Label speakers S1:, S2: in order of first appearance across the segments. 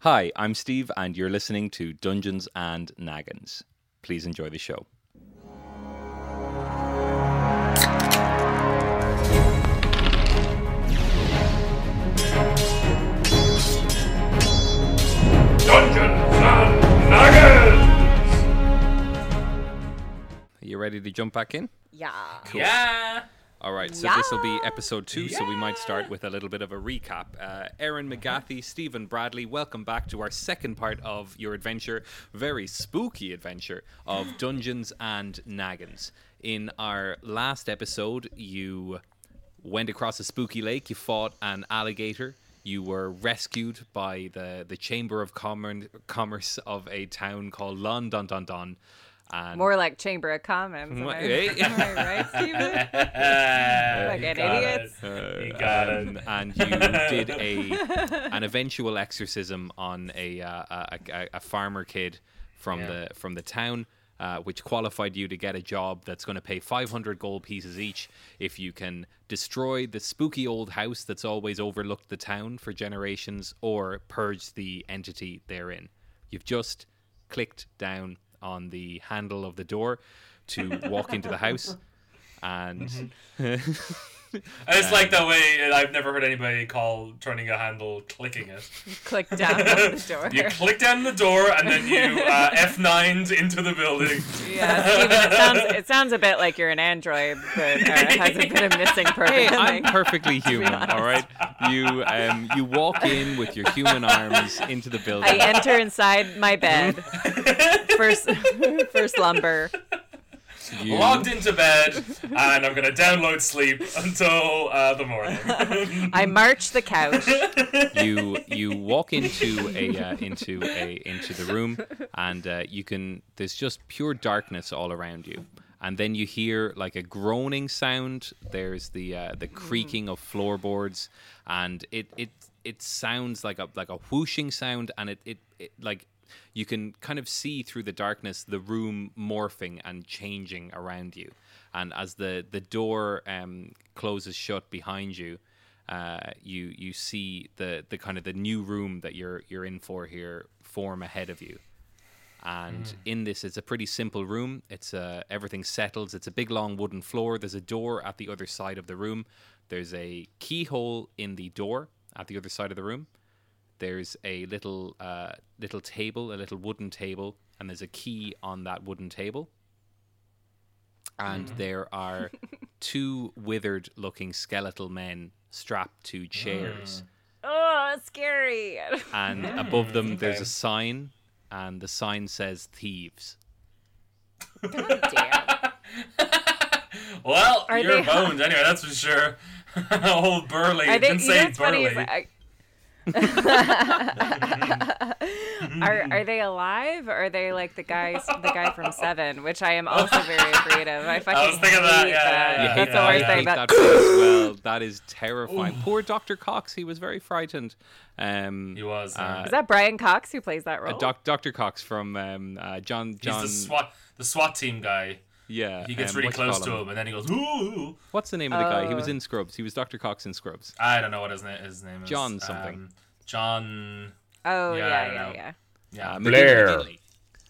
S1: Hi, I'm Steve, and you're listening to Dungeons and Naggins. Please enjoy the show.
S2: Dungeons and Naggins!
S1: Are you ready to jump back in?
S3: Yeah.
S1: Yeah. All right, so this will be episode two, so we might
S3: Yeah.
S1: start with a little bit of a recap. Uh, Aaron McGathy, Stephen Bradley, welcome back to our second part of your adventure, very spooky adventure of Dungeons and Naggins. In our last episode, you went across a spooky lake, you fought an alligator, you were rescued by the, the Chamber of Commer- Commerce of a town called Londondondon. And
S3: More like Chamber of Commons. Am I,
S1: Eh?
S3: am I right, Stephen? Fucking
S2: got
S3: idiots.
S2: You got it.
S1: um, and you did a an eventual exorcism on a uh, a, a, a farmer kid from the from the town, uh, which qualified you to get a job that's going to pay 500 gold pieces each if you can destroy the spooky old house that's always overlooked the town for generations, or purge the entity therein. You've just clicked down on the handle of the door to walk into the house. And
S2: I just like
S1: uh,
S2: the way and I've never heard anybody call turning a handle clicking it.
S3: Click down on the door.
S2: You click down the door and then you uh, F9'd into the building.
S3: Yeah, Stephen, it sounds, it sounds a bit like you're an android that uh, has a bit of missing
S1: Hey,
S3: programming.
S1: I'm perfectly human.
S3: honest.
S1: All right, you um, you walk in with your human arms into the
S3: I
S1: building.
S3: enter inside my bed for, s- for slumber.
S1: You,
S2: Logged into bed, and I'm gonna download sleep until uh, the morning.
S3: I march the couch.
S1: you you walk into a uh, into a into the room, and uh, you can. There's just pure darkness all around you, and then you hear like a groaning sound. There's the uh, the creaking of floorboards, and it it it sounds like a like a whooshing sound, and it it, it like you can kind of see through the darkness the room morphing and changing around you. And as the the door um, closes shut behind you, uh, you you see the the kind of the new room that you're you're in for here form ahead of you. And in this, it's a pretty simple room. It's uh, everything settles. It's a big long wooden floor. There's a door at the other side of the room. There's a keyhole in the door at the other side of the room. There's a little uh, little table, a little wooden table, and there's a key on that wooden table. And there are two withered-looking skeletal men strapped to chairs
S2: Mm.
S3: Oh, it's scary.
S1: and above them there's
S2: okay.
S1: a sign and the sign says thieves
S3: Damn.
S2: well,
S3: Are
S2: you're
S3: they-
S2: boned anyway. That's for sure. Old Burley.
S3: Are they,
S2: Didn't
S3: you know
S2: say
S3: what's funny
S2: Burley.
S3: is I- are are they alive? Or are they like the guy the guy from Seven, which I am also very afraid of. I fucking
S2: was thinking that,
S3: hate
S2: yeah,
S3: that.
S2: yeah, yeah,
S3: That's
S2: yeah,
S3: the
S1: I
S3: worst
S2: yeah.
S3: thing
S1: hate
S3: about
S1: that place as well that is terrifying poor dr cox he was very frightened um
S2: he was.
S1: Uh,
S3: Is that Brian Cox who plays that role?
S1: Doc, Dr. Cox from um, uh, John.
S2: He's
S1: John.
S2: the SWAT the SWAT team guy.
S1: yeah,
S2: He gets
S1: um,
S2: really
S1: what do you
S2: close
S1: call
S2: to him, and then he goes, "Ooh!"
S1: What's the name of the guy? He was in Scrubs. He was Dr. Cox in Scrubs.
S2: I don't know what his, na- his name is.
S1: John something.
S2: Um, John.
S3: oh yeah,
S2: Yeah, I
S3: yeah, yeah,
S2: know. Yeah.
S1: Uh, McGinley,
S4: Blair.
S1: McGinley.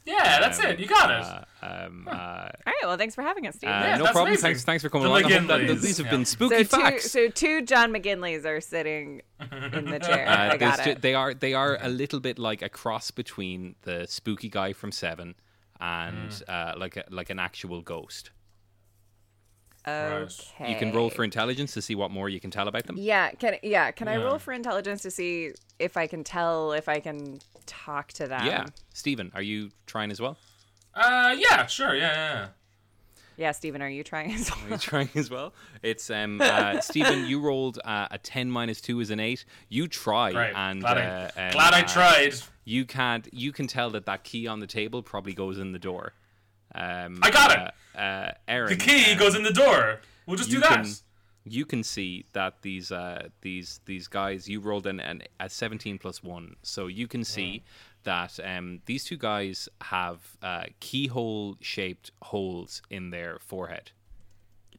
S2: yeah, that's it. You got it.
S1: Uh, um, uh,
S3: All right, well, thanks for having us, Steve.
S1: uh,
S2: Yeah,
S1: no
S2: that's
S1: problem.
S2: amazing.
S1: Thanks, thanks for coming
S2: The
S1: along. I hope that-
S2: McGinleys,
S1: these have
S2: yeah.
S1: been
S3: so
S1: spooky
S3: two,
S1: facts.
S3: so two John McGinleys are sitting in the chair.
S1: Uh,
S3: I got
S1: there's ju-
S3: it.
S1: they are they are a little bit like a cross between the spooky guy from Seven and
S2: Mm.
S1: uh, like a, like an actual ghost.
S3: okay.
S1: You can roll for intelligence to see what more you can tell about them.
S3: Yeah, can yeah, can I
S2: Yeah.
S3: roll for intelligence to see if I can tell if I can talk to them?
S1: Yeah, Stephen, are you trying as well?
S2: Uh, yeah, sure, yeah, yeah.
S3: Yeah, Stephen, are you trying as well?
S1: Are you trying as well? It's um uh, Stephen. You rolled uh, a ten minus two is an eight. You try
S2: yeah. Right.
S1: and
S2: glad,
S1: uh,
S2: I,
S1: um,
S2: glad I
S1: uh,
S2: tried.
S1: You can't. You can tell that that key on the table probably goes in the door. Um,
S2: I got it.
S1: Uh, uh, Aaron,
S2: The key
S1: um,
S2: goes in the door. We'll just do
S1: you
S2: that.
S1: can you can see that these uh these these guys you rolled an, an a 17 plus 1 so you can see that um these two guys have uh keyhole shaped holes in their forehead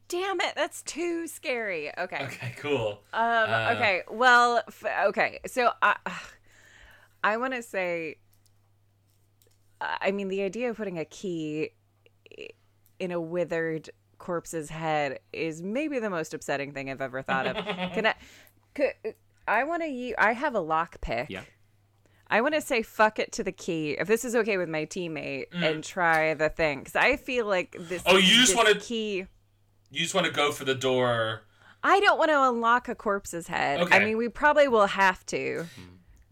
S3: Damn it, that's too scary. Okay.
S2: Okay, cool.
S3: Um, okay. Well, f- okay. So I, I want to say, I mean, the idea of putting a key in a withered corpse's head is maybe the most upsetting thing I've ever thought of. Can I? Could, I want to. u- I have a lock pick.
S1: Yeah.
S3: I want to say fuck it to the key if this is okay with my teammate and try the thing because I feel like this.
S2: Mm. Oh, you just
S3: this
S2: wanna-
S3: key.
S2: You just want to go for the door.
S3: I don't want to unlock a corpse's head. I
S2: Okay.
S3: mean, we probably will have to,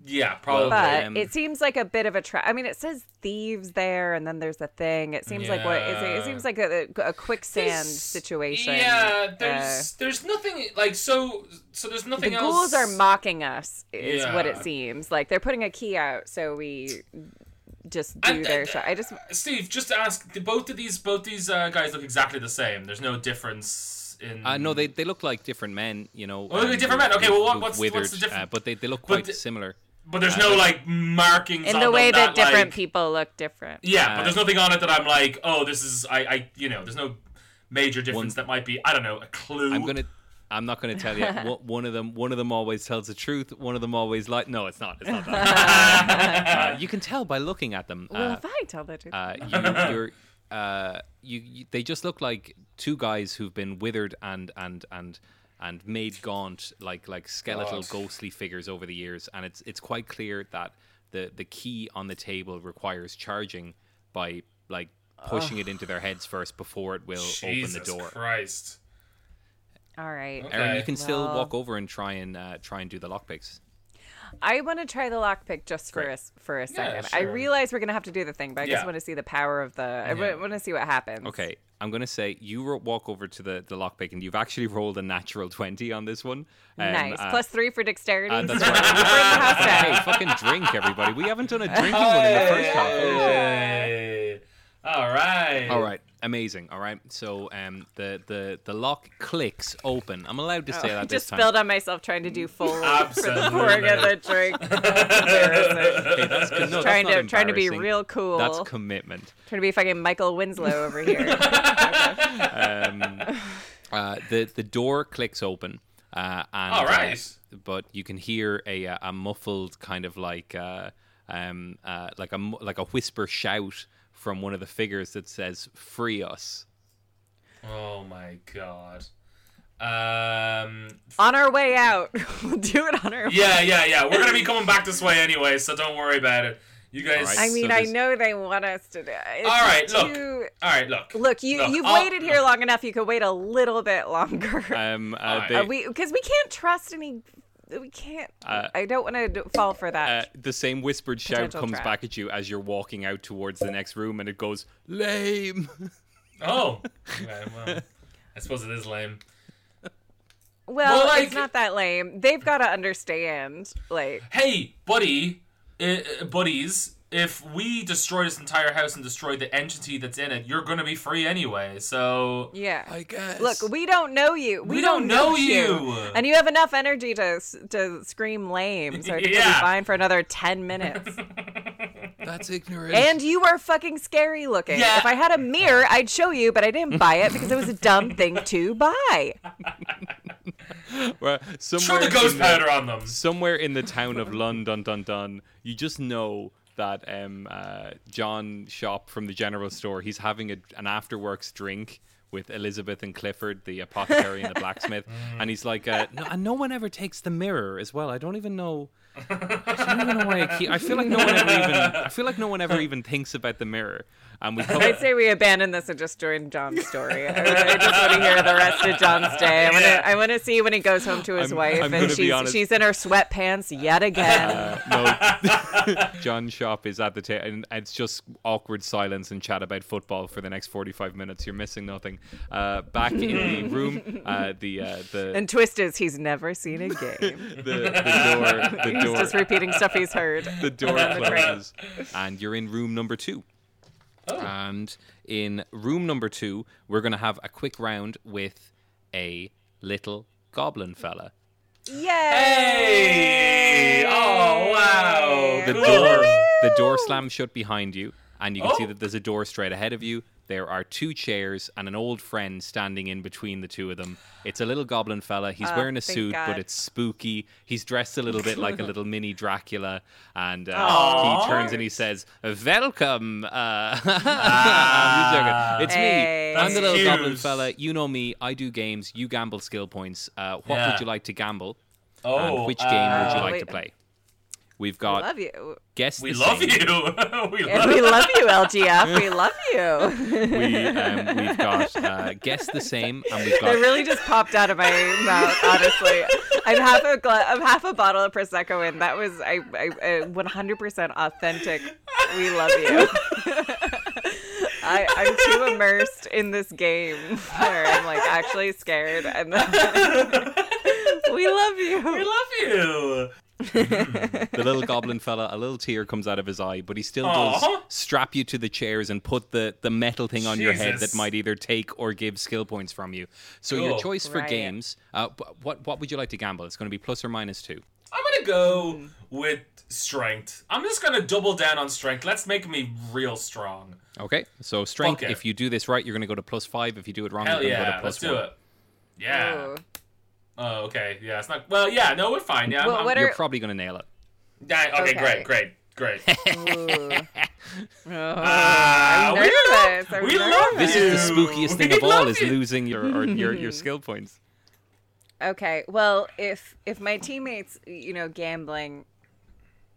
S2: Yeah, probably.
S3: but
S1: Um,
S3: it seems like a bit of a trap. I mean, it says thieves there, and then there's a thing. It seems like what is it, it
S2: Yeah.
S3: seems like a, a quicksand
S2: There's-
S3: situation.
S2: Yeah,
S3: Uh,
S2: there's there's nothing like so so there's nothing
S3: the
S2: else.
S3: ghouls are mocking us is what it
S2: Yeah.
S3: seems like they're putting a key out so we just do
S2: And-
S3: their
S2: and-
S3: show i just
S2: Steve, just to ask, do both of these both these uh, guys look exactly the same. There's no difference in.
S1: Uh, no, they, they look like different men, you know.
S2: Oh, they're
S1: um,
S2: different men.
S1: who-
S2: Okay, Mm. well, what-
S1: who've
S2: what's- what's
S1: withered,
S2: the difference?
S1: Uh, but they, they look
S2: But
S1: quite
S2: the-
S1: similar.
S2: But there's
S1: uh,
S2: no
S1: but-
S2: like markings
S3: in
S2: on
S3: the way
S2: them
S3: that, different
S2: like-
S3: people look different
S2: Yeah,
S1: Uh,
S2: but there's nothing on it that I'm like, oh, this is I I you know, there's no major difference that might be I don't know a clue.
S1: I'm gonna. I'm not gonna tell you. One- one of them. One of them always tells the truth. One of them always lies. No, it's not. It's not that. uh, you can tell by looking at them.
S3: well
S1: Uh,
S3: if i tell the truth
S1: uh, you, you're, uh, you, you, they just look like two guys who've been withered and and and and made gaunt, like like skeletal
S2: God.
S1: ghostly figures over the years. And it's it's quite clear that the the key on the table requires charging by like pushing it into their heads first before it will
S2: Jesus
S1: open the door.
S2: Christ.
S3: all right
S2: Okay.
S1: Aaron, you can still
S3: Well-
S1: walk over and try and uh, try and do the lockpicks.
S3: i want to try the lockpick just for
S1: Great.
S3: a, s- for a second i
S2: sure.
S3: realize we're gonna have to do the thing but i just
S2: Yeah.
S3: want to see the power of the i
S2: Yeah.
S3: want to see what happens
S1: Okay, I'm gonna say you ro- walk over to the the lockpick, and you've actually rolled a natural twenty on this one. Um,
S3: nice
S1: uh,
S3: Plus three for dexterity
S1: Uh, that's
S3: so
S1: right.
S3: we're in the house now.
S1: hey, fucking drink, everybody. We haven't done a drinking one in the first half. Holy shit.
S2: Hey. All right.
S1: All right, amazing. All right, so um, the the the lock clicks open. I'm allowed to say
S3: I
S1: that this
S3: Oh, just
S1: time.
S3: spilled on myself trying to do full for the
S2: Absolutely.
S3: pouring of the drink. Embarrassing.
S1: Hey, that's, good. no, that's
S3: trying
S1: not
S3: to trying to be
S1: embarrassing.
S3: real cool.
S1: That's commitment.
S3: Trying to be fucking Michael Winslow over here.
S1: Um, uh, the the door clicks open. Uh, and,
S2: All right.
S1: uh, but you can hear a uh, a muffled kind of like uh, um uh, like a mu- like a whisper shout from one of the figures that says "Free us."
S2: Oh my god. Um
S3: on our way out, we'll do it on our. way
S2: Yeah, yeah, yeah. We're gonna be coming back this way anyway, so don't worry about it. You guys
S1: All
S3: I
S1: right.
S3: mean,
S1: So
S3: I
S1: this-
S3: know they want us to. do it. It's
S2: All right,
S3: just
S2: look.
S3: too-
S2: All right, look.
S3: look, you
S2: Look, Oh.
S3: you've
S2: I'll-
S3: waited here long enough. You could wait a little bit longer.
S1: Um, uh,
S2: Alright.
S1: they-
S3: Are we because we can't trust any. We can't.
S1: Uh,
S3: I don't want to fall for
S1: uh,
S3: that.
S1: the same whispered shout
S3: Potential
S1: comes
S3: trap.
S1: back at you as you're walking out towards the next room, and it goes lame.
S2: Oh. Okay, well, I suppose it is lame.
S3: well,
S2: well, like-
S3: it's not that lame. They've got to understand. Like,
S2: hey, buddy, uh, uh, buddies, if we destroy this entire house and destroy the entity that's in it, you're gonna be free anyway. So
S3: yeah.
S1: guess.
S3: Look, we don't know you. We,
S2: We don't know you.
S3: and you have enough energy to s- to scream lame, so I think we'll be
S2: Yeah.
S3: fine for another ten minutes.
S1: that's ignorant.
S3: and you are fucking scary looking.
S2: Yeah.
S3: If I had a mirror, I'd show you, but I didn't buy it because it was a dumb thing to buy.
S1: well,
S2: throw
S1: somewhere
S2: the ghost
S1: in
S2: powder on them.
S1: somewhere in the town of London, dun dun, you just know that um, uh, John Shop from the general store, he's having a, an afterworks drink with Elizabeth and Clifford, the apothecary and the blacksmith, and he's like, uh, no, and no one ever takes the mirror as well. I don't even know. I don't even know why I keep. I feel like no one ever even. I feel like no one ever even thinks about the mirror. And we
S3: I'd say we abandon this and just join John's story. I, I just want to hear the rest of John's day. I want
S2: Yeah.
S3: to. I want to see when he goes home to his
S1: I'm-
S3: wife
S1: I'm gonna
S3: and
S1: be
S3: she's
S1: honest.
S3: she's in her sweatpants yet again.
S1: Uh, no, John Shop is at the table, and it's just awkward silence and chat about football for the next forty-five minutes. You're missing nothing. Uh, back in the room, uh, the, uh, the,
S3: and twist is he's never seen a game.
S1: the the door the
S3: he's just
S1: door
S3: repeating stuff he's heard.
S1: the door
S3: on the train.
S1: closes, and you're in room number two.
S3: Oh.
S1: And in room number two, we're gonna have a quick round with a little goblin fella.
S3: Yay!
S2: Hey! Oh wow!
S1: the
S2: Cool.
S1: door the door slams shut behind you and you can see
S2: Oh.
S1: that there's a door straight ahead of you There are two chairs and an old friend standing in between the two of them. It's a little goblin fella. He's
S3: Oh,
S1: wearing a
S3: thank
S1: suit, but
S3: God.
S1: it's spooky. He's dressed a little bit like a little mini Dracula, and uh,
S2: Aw.
S1: he turns and he says, "Welcome." Uh,
S2: Ah.
S1: I'm joking. it's
S3: Hey.
S1: me. I'm the
S3: That's
S1: little
S2: cute.
S1: goblin fella. You know me. I do games. You gamble skill points. Uh, what
S2: Yeah.
S1: would you like to gamble?
S2: Oh,
S1: and which game would you
S3: uh,
S1: like
S3: wait.
S1: to play? We've
S3: We
S1: got
S3: love you.
S1: guess
S2: We
S1: the
S2: love
S1: Same.
S2: you. we
S3: Yeah,
S2: love
S3: we
S2: you.
S3: love you, LGF. We love you.
S1: We, um, we've got uh, guess the same, and we've
S3: It
S1: got
S3: really just popped out of my mouth, honestly. I'm half a gla- I'm half a bottle of prosecco in. That was I, I, I 100% authentic. We love you. I, I'm too immersed in this game where I'm like actually scared, and we love
S2: We
S3: you.
S2: love you.
S1: the little goblin fella. A little tear comes out of his eye, but he still
S2: Aw.
S1: does strap you to the chairs and put the, the metal thing on your head
S2: Jesus.
S1: that
S2: Oh.
S1: might either take or give skill points from you. So
S2: Cool.
S1: your choice for
S3: Right.
S1: games. Uh, wh- what what would you like to gamble? It's going to be plus or minus two.
S2: I'm gonna go
S3: Mm-hmm.
S2: with strength. I'm just gonna double down on strength. Let's make me real strong.
S1: Okay, so strength.
S2: Okay.
S1: If you do this right, you're going to go to plus five. If you do it wrong,
S2: Hell
S1: you're going to Oh, go
S2: yeah,
S1: to plus
S2: let's do
S1: one.
S2: it. Yeah.
S3: Ooh.
S2: Oh, okay. Yeah, it's not. Well, yeah. No, we're fine. Yeah. I'm-
S3: Well,
S2: I'm-
S3: what
S1: You're
S3: are-
S1: probably going to nail it.
S2: yeah, okay,
S3: Okay.
S2: Great. Great. Great.
S3: Ooh. Oh,
S2: Ah,
S3: I'm
S2: we
S3: nervous. I'm
S2: we love
S3: nervous.
S1: This is the
S2: Ew.
S1: spookiest thing
S2: We
S1: of all:
S2: love
S1: is
S2: it.
S1: losing your or your your skill points.
S3: Okay. Well, if if my teammates, you know, gambling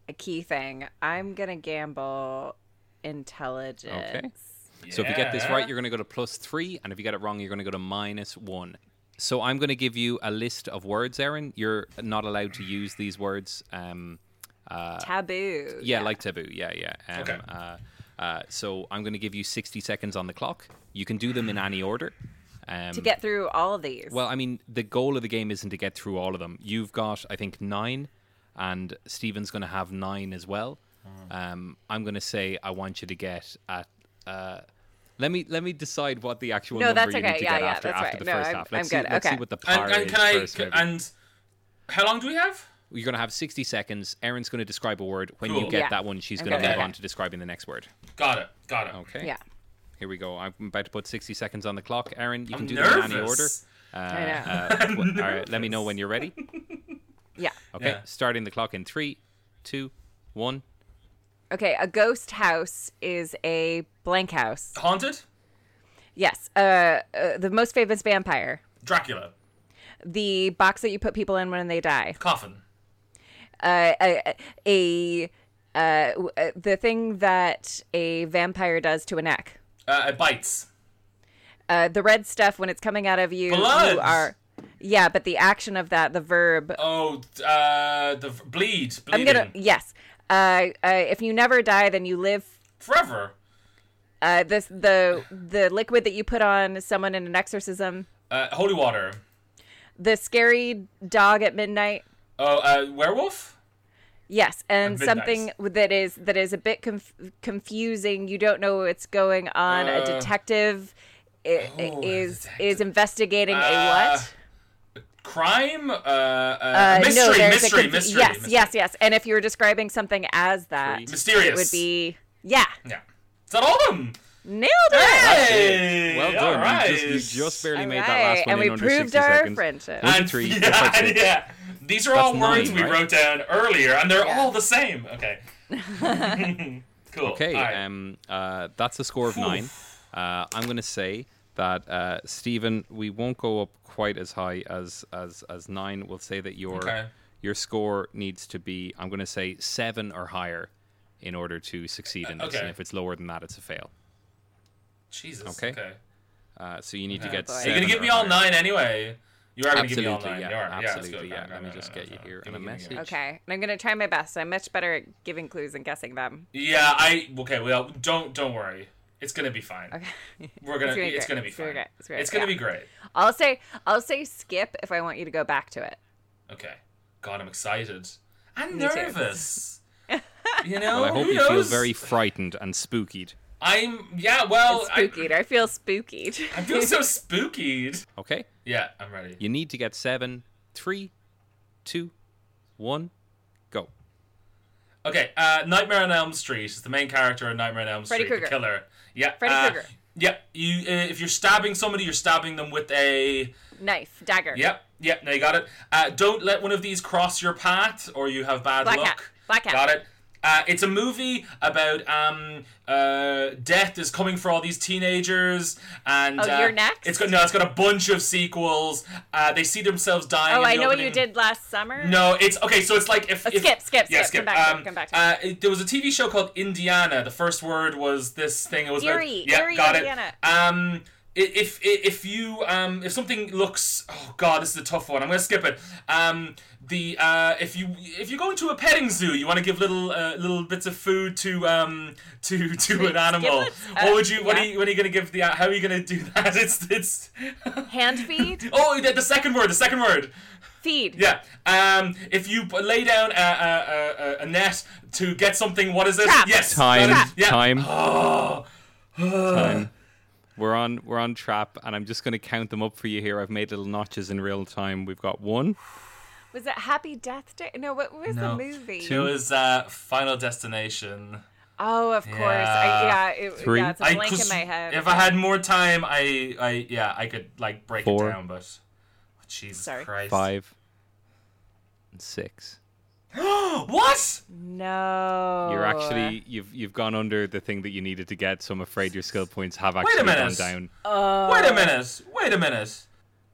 S3: a key thing, I'm gonna gamble intelligence.
S1: Okay. So if you get this
S2: Yeah.
S1: right, you're going to go to plus three, and if you get it wrong, you're going to go to minus one. So I'm going to give you a list of words, Aaron. You're not allowed to use these words. Um,
S3: Taboo.
S1: yeah, like taboo. Yeah, yeah. Um,
S2: Okay.
S1: Uh, uh, so I'm going to give you 60 seconds on the clock. You can do them in any order. Um,
S3: to get through all of these.
S1: well, I mean, the goal of the game isn't to get through all of them. You've got, I think, nine, and Steven's going to have nine as well.
S2: Mm.
S1: Um, I'm going to say I want you to get at. Uh, let me let me decide what the actual
S3: No,
S1: number
S3: that's
S1: you
S3: okay.
S1: need to
S3: Yeah,
S1: get
S3: yeah,
S1: after
S3: that's
S1: after
S3: right.
S1: the
S3: No,
S1: 1st
S3: I'm-
S1: half. Let's
S3: I'm
S1: see,
S3: good.
S1: Let's see
S3: Okay.
S1: what the par
S2: And, and
S1: is
S2: can I?
S1: first, maybe.
S2: And how long do we have?
S1: You're going to have 60 seconds. Aaron's going to describe a word. When you
S2: Cool.
S1: get
S3: Yeah.
S1: that one, she's
S3: Okay.
S1: going to move
S2: Okay.
S1: on to describing the next word.
S2: Got it. Got it.
S1: Okay.
S3: yeah.
S1: Here we go. I'm about to put 60 seconds on the clock. Aaron, you can
S2: I'm
S1: do them in any order.
S2: nervous.
S1: Uh,
S3: I
S1: uh, wh- all right, let me know when you're ready.
S3: Yeah.
S1: Okay,
S2: Yeah.
S1: starting the clock in three, two, one.
S3: Okay. A ghost house is a blank house.
S2: Haunted.
S3: Yes. Uh, uh, the most famous vampire.
S2: Dracula.
S3: The box that you put people in when they die.
S2: Coffin.
S3: uh, a, a uh, w- uh, the thing that a vampire does to a neck.
S2: Uh, it bites.
S3: Uh, the red stuff when it's coming out of you,
S2: Bloods.
S3: you are. Yeah, but the action of that, the verb.
S2: Oh, uh, the f- bleed.
S3: I'm
S2: Bleeding.
S3: gonna yes. Uh, uh, if you never die, then you live.
S2: Forever.
S3: Uh, this the the liquid that you put on someone in an exorcism.
S2: Uh, holy water.
S3: The scary dog at midnight.
S2: Oh, uh, werewolf.
S3: Yes, and
S2: At midnight.
S3: something that is that is a bit conf- confusing. You don't know what's going on. a
S2: Uh,
S3: detective i- i-
S2: oh, a
S3: is is
S2: detective.
S3: investigating a
S2: Uh,
S3: what?
S2: Crime. Uh, uh,
S3: Uh,
S2: mystery.
S3: there's a
S2: mystery.
S3: confu-
S2: mystery.
S3: Yes,
S2: mystery.
S3: yes, yes. And if you're describing something as that,
S1: Mystery.
S2: Mysterious.
S3: it would be yeah,
S2: Yeah. Is that all of them?
S3: nailed
S2: Hey!
S3: it.
S1: well
S2: all
S1: done.
S2: right.
S1: You, just, you just barely
S3: All
S1: made that last
S3: right,
S1: one
S3: and
S1: in
S3: we
S1: under
S3: proved
S1: 60
S3: our
S1: seconds.
S3: friendship.
S1: One,
S2: And-
S1: two, three, four,
S2: yeah,
S1: five, six.
S2: yeah. These are all
S1: That's
S2: words
S1: nine,
S2: we
S1: right?
S2: wrote down earlier, and they're
S3: Yeah.
S2: all the same. Okay. cool.
S1: Okay,
S2: All right.
S1: um, uh, that's a score of
S2: Phew.
S1: nine. Uh, I'm going to say that uh, Stephen, we won't go up quite as high as as as nine. We'll say that your
S2: Okay.
S1: your score needs to be. I'm going to say seven or higher in order to succeed in this.
S2: Uh, okay.
S1: And if it's lower than that, it's a fail.
S2: Jesus.
S1: okay.
S2: Okay.
S1: Uh, so you need to
S2: Yeah.
S1: get.
S3: Oh, boy. Are you
S2: You're
S1: seven
S2: gonna give
S1: or
S2: me all
S1: higher.
S2: nine anyway. You are gonna give me all
S1: Absolutely,
S2: nine.
S1: yeah,
S2: You are. that's
S1: absolutely,
S2: good.
S1: yeah.
S2: No,
S1: Let
S2: no,
S1: me
S2: no,
S1: just
S2: no,
S1: get
S2: no,
S1: you
S2: no.
S1: here
S2: Give
S1: in
S2: me-
S1: a
S2: give me- give me.
S1: message.
S3: Okay, and I'm gonna try my best. I'm much better at giving clues and guessing them.
S2: Yeah. I. Okay. Well, don't don't worry. It's gonna be fine.
S3: Okay.
S2: We're gonna.
S3: It's gonna be
S2: It's
S3: great. It's gonna be
S2: gonna be fine.
S3: great. It's great,
S2: It's gonna
S3: yeah.
S2: be great.
S3: I'll say I'll say skip if I want you to go back to it.
S2: Okay. God, I'm excited. I'm
S3: Me too.
S2: nervous. You know.
S1: Well, I hope
S2: Who
S1: you feel
S2: knows?
S1: very frightened and spookied.
S2: I'm. Yeah. Well. Oh, I,
S3: Spookied. I, feel spookied.
S2: I feel so spookied.
S1: Okay,
S2: Yeah, I'm ready.
S1: you need to get seven, three, two, one, go.
S2: Okay, uh, Nightmare on Elm Street is the main character in Nightmare on Elm
S3: Freddy
S2: Street,
S3: Krueger.
S2: the killer. Yeah,
S3: Freddy
S2: uh,
S3: Krueger.
S2: Yep. You, uh, if you're stabbing somebody, you're stabbing them with a.
S3: Knife, dagger.
S2: Yep. Yep. Now you got it. Uh, don't let one of these cross your path, or you have bad
S3: Black
S2: luck.
S3: hat. Black hat.
S2: Got it. Uh, it's a movie about um, uh, death is coming for all these teenagers, and
S3: Oh,
S2: uh,
S3: you're next?
S2: It's got no, it's got a bunch of sequels. Uh, they see themselves dying.
S3: Oh,
S2: in the
S3: I know what
S2: opening.
S3: you did last summer.
S2: No, it's okay. So it's like if,
S3: Uh,
S2: if-
S3: skip, skip,
S2: yeah,
S3: skip. Come
S2: skip.
S3: back to it,
S2: Um,
S3: come back to it.
S2: uh, it- there was a TV show called Indiana. The first word was this thing. It was about-
S3: Erie,
S2: yeah,
S3: Erie,
S2: got
S3: Indiana.
S2: it. Um, i- if i- if you um if something looks oh god this is a tough one I'm gonna skip it. Um, the uh if you if you go into a petting zoo you want to give little uh, little bits of food to um to to an animal.
S3: giblets?
S2: What
S3: Uh,
S2: would you what are
S3: yeah.
S2: you what are you gonna give the how are you gonna do that? It's it's
S3: Hand feed,
S2: oh the, the second word the second word.
S3: feed.
S2: Yeah. Um, if you b- lay down a, a, a, a- a net to get something, what is it?
S3: Trap.
S2: Yes.
S1: Time,
S2: that is- yeah.
S1: time,
S2: Oh,
S1: time. We're on, we're on trap, and I'm just going to count them up for you here. I've made little notches in real time. We've got one,
S3: Was it Happy Death Day? No, what was
S2: No.
S3: the movie?
S2: it was uh, Final Destination.
S3: Oh, of course. I,
S2: Yeah.
S3: yeah, it,
S1: Three.
S3: yeah, it's a
S2: I
S3: blank in
S2: just-
S3: my head.
S2: If I had more time, I, I, yeah, I could like break
S1: Four.
S2: it down, but oh, Jesus
S3: Sorry.
S2: Christ.
S1: five, and six.
S2: what?
S3: no.
S1: You're
S3: eh.
S1: actually you've you've gone under the thing that you needed to get, so I'm afraid your skill points have
S2: a
S1: actually gone
S2: minute.
S1: down.
S3: Oh.
S2: Wait a minute. Wait a minute.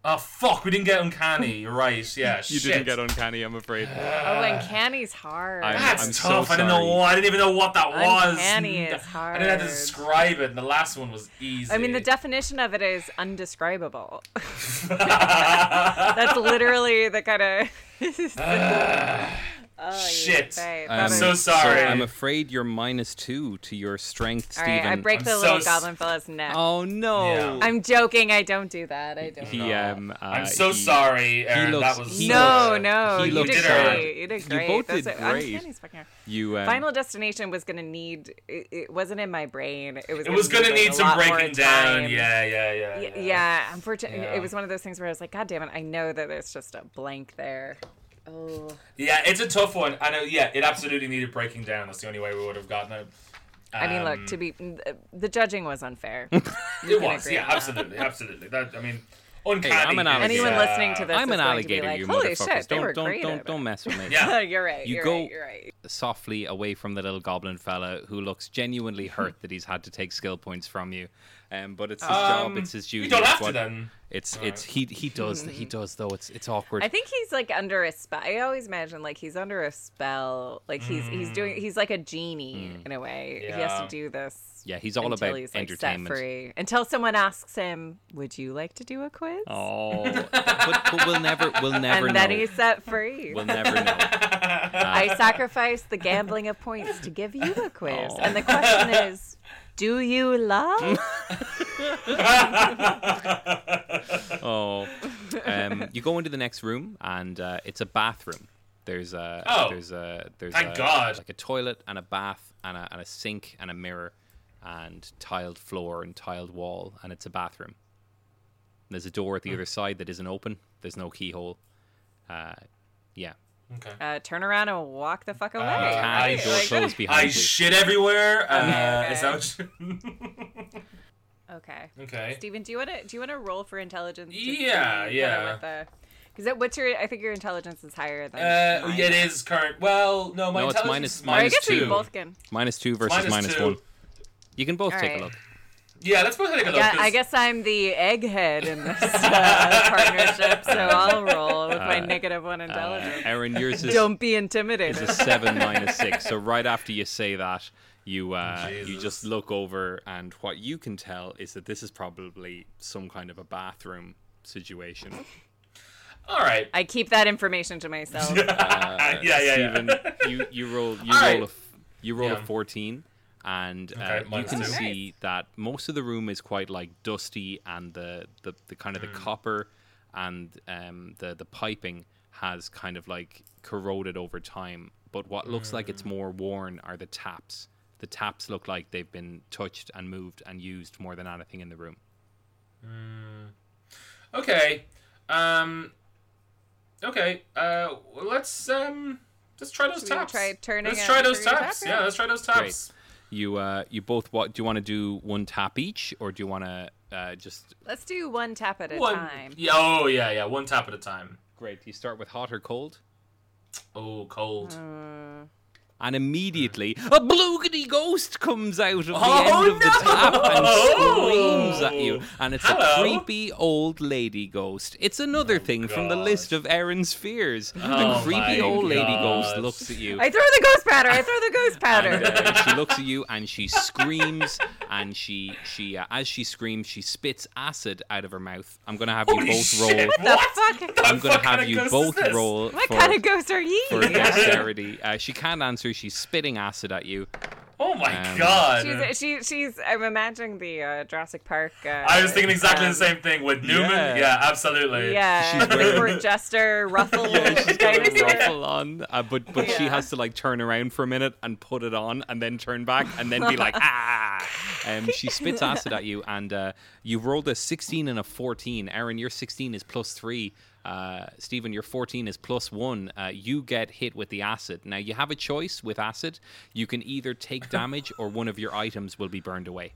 S2: Oh fuck! We didn't get uncanny. You're right. Yeah.
S1: You
S2: shit.
S1: didn't get uncanny, I'm afraid.
S3: Oh, Uncanny's hard.
S1: I'm-
S2: That's
S1: so
S2: tough. I didn't know.
S1: sorry.
S2: What, I didn't even know what that was.
S3: Uncanny is
S2: I didn't have to
S3: hard.
S2: describe it. And the last one was easy.
S3: I mean, the definition of it is undescribable.
S2: death.
S3: That's literally the kind of. oh,
S2: Ah, Shit.
S1: Um,
S3: I'm
S2: so sorry.
S1: I'm afraid you're minus two to your strength,
S3: All
S1: Stephen.
S3: right, I break
S2: I'm
S3: the
S2: so
S3: little
S2: s-
S3: goblin fella's neck.
S1: Oh no!
S2: Yeah.
S3: I'm joking. I don't do that. I don't.
S1: He um. Uh,
S2: I'm so
S1: he-
S2: sorry, Aaron.
S1: looks-
S2: that was
S1: he
S3: no,
S2: so-
S3: no,
S1: he
S3: you
S1: looks
S3: did
S2: hard.
S3: great. You did
S1: You
S3: great.
S1: both
S3: That's
S1: did
S3: what-
S1: great.
S3: Uncanny's fucking hard.
S1: You um,
S3: Final Destination was gonna need. It, it wasn't in my brain. It was.
S2: It was gonna
S3: like,
S2: need
S3: a
S2: some
S3: lot more
S2: breaking down.
S3: time.
S2: Yeah, yeah, yeah.
S3: Y- Yeah, unfortunately,
S2: Yeah.
S3: it was one of those things where I was like, "God damn it! I know that there's just a blank there." Oh,
S2: Yeah, it's a tough one. I know. Yeah, it absolutely needed breaking down. That's the only way we would have gotten it.
S3: I mean, look,
S2: Um,
S3: to be the judging was unfair.
S2: it was.
S3: agree
S2: Yeah,
S3: on that.
S2: absolutely, absolutely. That I mean, uncanny.
S1: I'm an alligator.
S3: Anyone
S2: yeah.
S3: listening to this,
S1: I'm
S3: is
S1: an
S3: going
S1: alligator,
S3: to be like,
S1: you
S3: Holy
S1: motherfuckers!
S3: shit, they
S1: don't
S3: were
S1: don't
S3: great at
S1: don't
S3: it."
S1: don't mess with me.
S2: Yeah.
S3: you're right.
S1: You
S3: are
S1: go-
S3: Right, you're right.
S1: softly away from the little goblin fella who looks genuinely hurt that he's had to take skill points from you. Um, but it's his job,
S2: Um,
S1: it's his duty.
S2: You don't
S1: it's
S2: have to
S1: what-
S2: then.
S1: It's it's he he does he does though. It's it's awkward.
S3: Mm-hmm. I think he's like under a spell. I always imagine like he's under a spell. Like he's he's doing he's like a genie in a way. He has
S2: Yeah.
S3: to do this.
S1: Mm. yeah, he's all
S3: until
S1: about
S3: he's like set
S1: entertainment.
S3: free. Until someone asks him, "Would you like to do a quiz?"
S1: Oh, but, but we'll never we'll never
S3: and
S1: know.
S3: then he's set free.
S1: We'll never know.
S3: I sacrificed the gambling of points to give you a quiz.
S1: Oh.
S3: And the question is, do you love?
S1: Oh, um, you go into the next room and uh, it's a bathroom. There's a
S2: Oh.
S1: there's a there's
S2: Thank
S1: a,
S2: God.
S1: like a toilet and a bath and a, and a sink and a mirror and tiled floor and tiled wall and it's a bathroom. There's a door at
S2: Hmm.
S1: the other side that isn't open. There's no keyhole. Uh, yeah,
S2: Okay.
S3: Uh, turn around and walk the
S1: Uh,
S3: fuck away.
S2: I-
S1: can
S3: Right,
S1: door
S3: like-
S1: closed behind
S2: I
S1: you.
S2: shit everywhere. Uh,
S3: Okay.
S2: is that what you-
S3: okay.
S2: okay.
S3: Steven, do you want to do you want to roll for intelligence? to
S2: Yeah,
S3: see
S2: yeah.
S3: kinda what the- Is that what's your? I think your intelligence is higher than.
S2: Uh, yeah, it is current. Well, no, my
S1: No, it's minus-
S2: intelligence is
S3: Or I
S1: minus
S3: guess
S2: two.
S3: we both can.
S1: Minus two versus
S2: Minus
S1: minus
S2: two.
S1: one. You can both
S3: All
S1: take
S3: right.
S1: a look.
S2: Yeah, let's both take a look.
S3: Yeah,
S2: 'cause-
S3: I guess I'm the egghead in this uh, partnership, so I'll roll with my
S1: Uh,
S3: negative one
S1: Uh,
S3: intelligence.
S1: Aaron, yours is
S3: Don't be
S1: is
S3: intimidated.
S1: a seven minus six. So right after you say that, you uh, you
S2: Jesus.
S1: just look over, and what you can tell is that this is probably some kind of a bathroom situation.
S2: All right.
S3: I keep that information to myself.
S2: yeah, yeah, yeah.
S1: Stephen, Uh, you you roll you roll
S2: All right.
S1: a f- you roll
S2: Yeah.
S1: a fourteen, and uh,
S2: Okay,
S1: you
S2: minus
S1: can
S2: two.
S1: see that most of the room is quite like dusty, and the the, the kind of
S2: Mm.
S1: the copper and um, the the piping has kind of like corroded over time. But what looks like
S2: Mm.
S1: it's more worn are the taps. The taps look like they've been touched and moved and used more than anything in the room.
S2: Okay. Um. Okay. Uh. well, Let's um. Let's try those
S3: Should we
S2: taps.
S3: try turning
S2: Let's
S3: a
S2: try those
S3: turning
S2: taps.
S3: tap?
S2: Yeah. Let's try those taps.
S1: You uh, you both what? Do you want to do one tap each, or do you want to uh, just
S3: Let's do one tap at a
S2: one,
S3: time.
S2: Yeah, oh yeah, yeah, one tap at a time.
S1: great? You start with hot or cold,
S2: Oh, cold.
S1: and immediately a bloogity ghost comes out of the
S2: Oh,
S1: end of the
S2: no! Oh!
S1: tap and screams at you, and it's a
S2: Hello?
S1: creepy old lady ghost. It's another thing from the
S2: God.
S1: list of Aaron's fears. the
S2: Oh, my
S1: creepy old lady ghost
S2: God.
S1: looks at you.
S3: I throw the ghost powder. I throw the ghost
S1: and
S3: powder.
S1: uh, she looks at you and she screams and she she uh, as she screams she spits acid out of her mouth i'm gonna have
S2: Holy
S1: you both
S2: shit,
S1: roll
S3: the
S2: What?
S3: fuck?
S1: i'm
S2: What
S1: gonna
S2: fuck
S1: have
S2: kind of
S1: you
S2: ghost is
S1: both
S2: this?
S1: roll
S3: What
S1: for,
S3: kind of ghost are ye?
S1: for dexterity uh, she can't answer she's spitting acid at you
S2: Oh my
S1: Um,
S2: god.
S3: She's, she, she's. I'm imagining the uh, Jurassic Park. Uh,
S2: I was thinking exactly
S3: um,
S2: the same thing with Newman.
S1: Yeah.
S2: Yeah, absolutely.
S3: Yeah,
S1: She's wearing-
S3: Rickford Jester, Ruffle,
S1: she's got her
S3: dinosaur.
S1: ruffle on uh, but but she
S3: Yeah.
S1: has to like turn around for a minute and put it on and then turn back and then be like ah um, she spits acid at you and uh, you rolled a 16 and a 14 aaron your 16 is plus 3 uh, Stephen, your 14 is plus 1. Uh, you get hit with the acid. Now, you have a choice with acid. You can either take damage or one of your items will be burned away.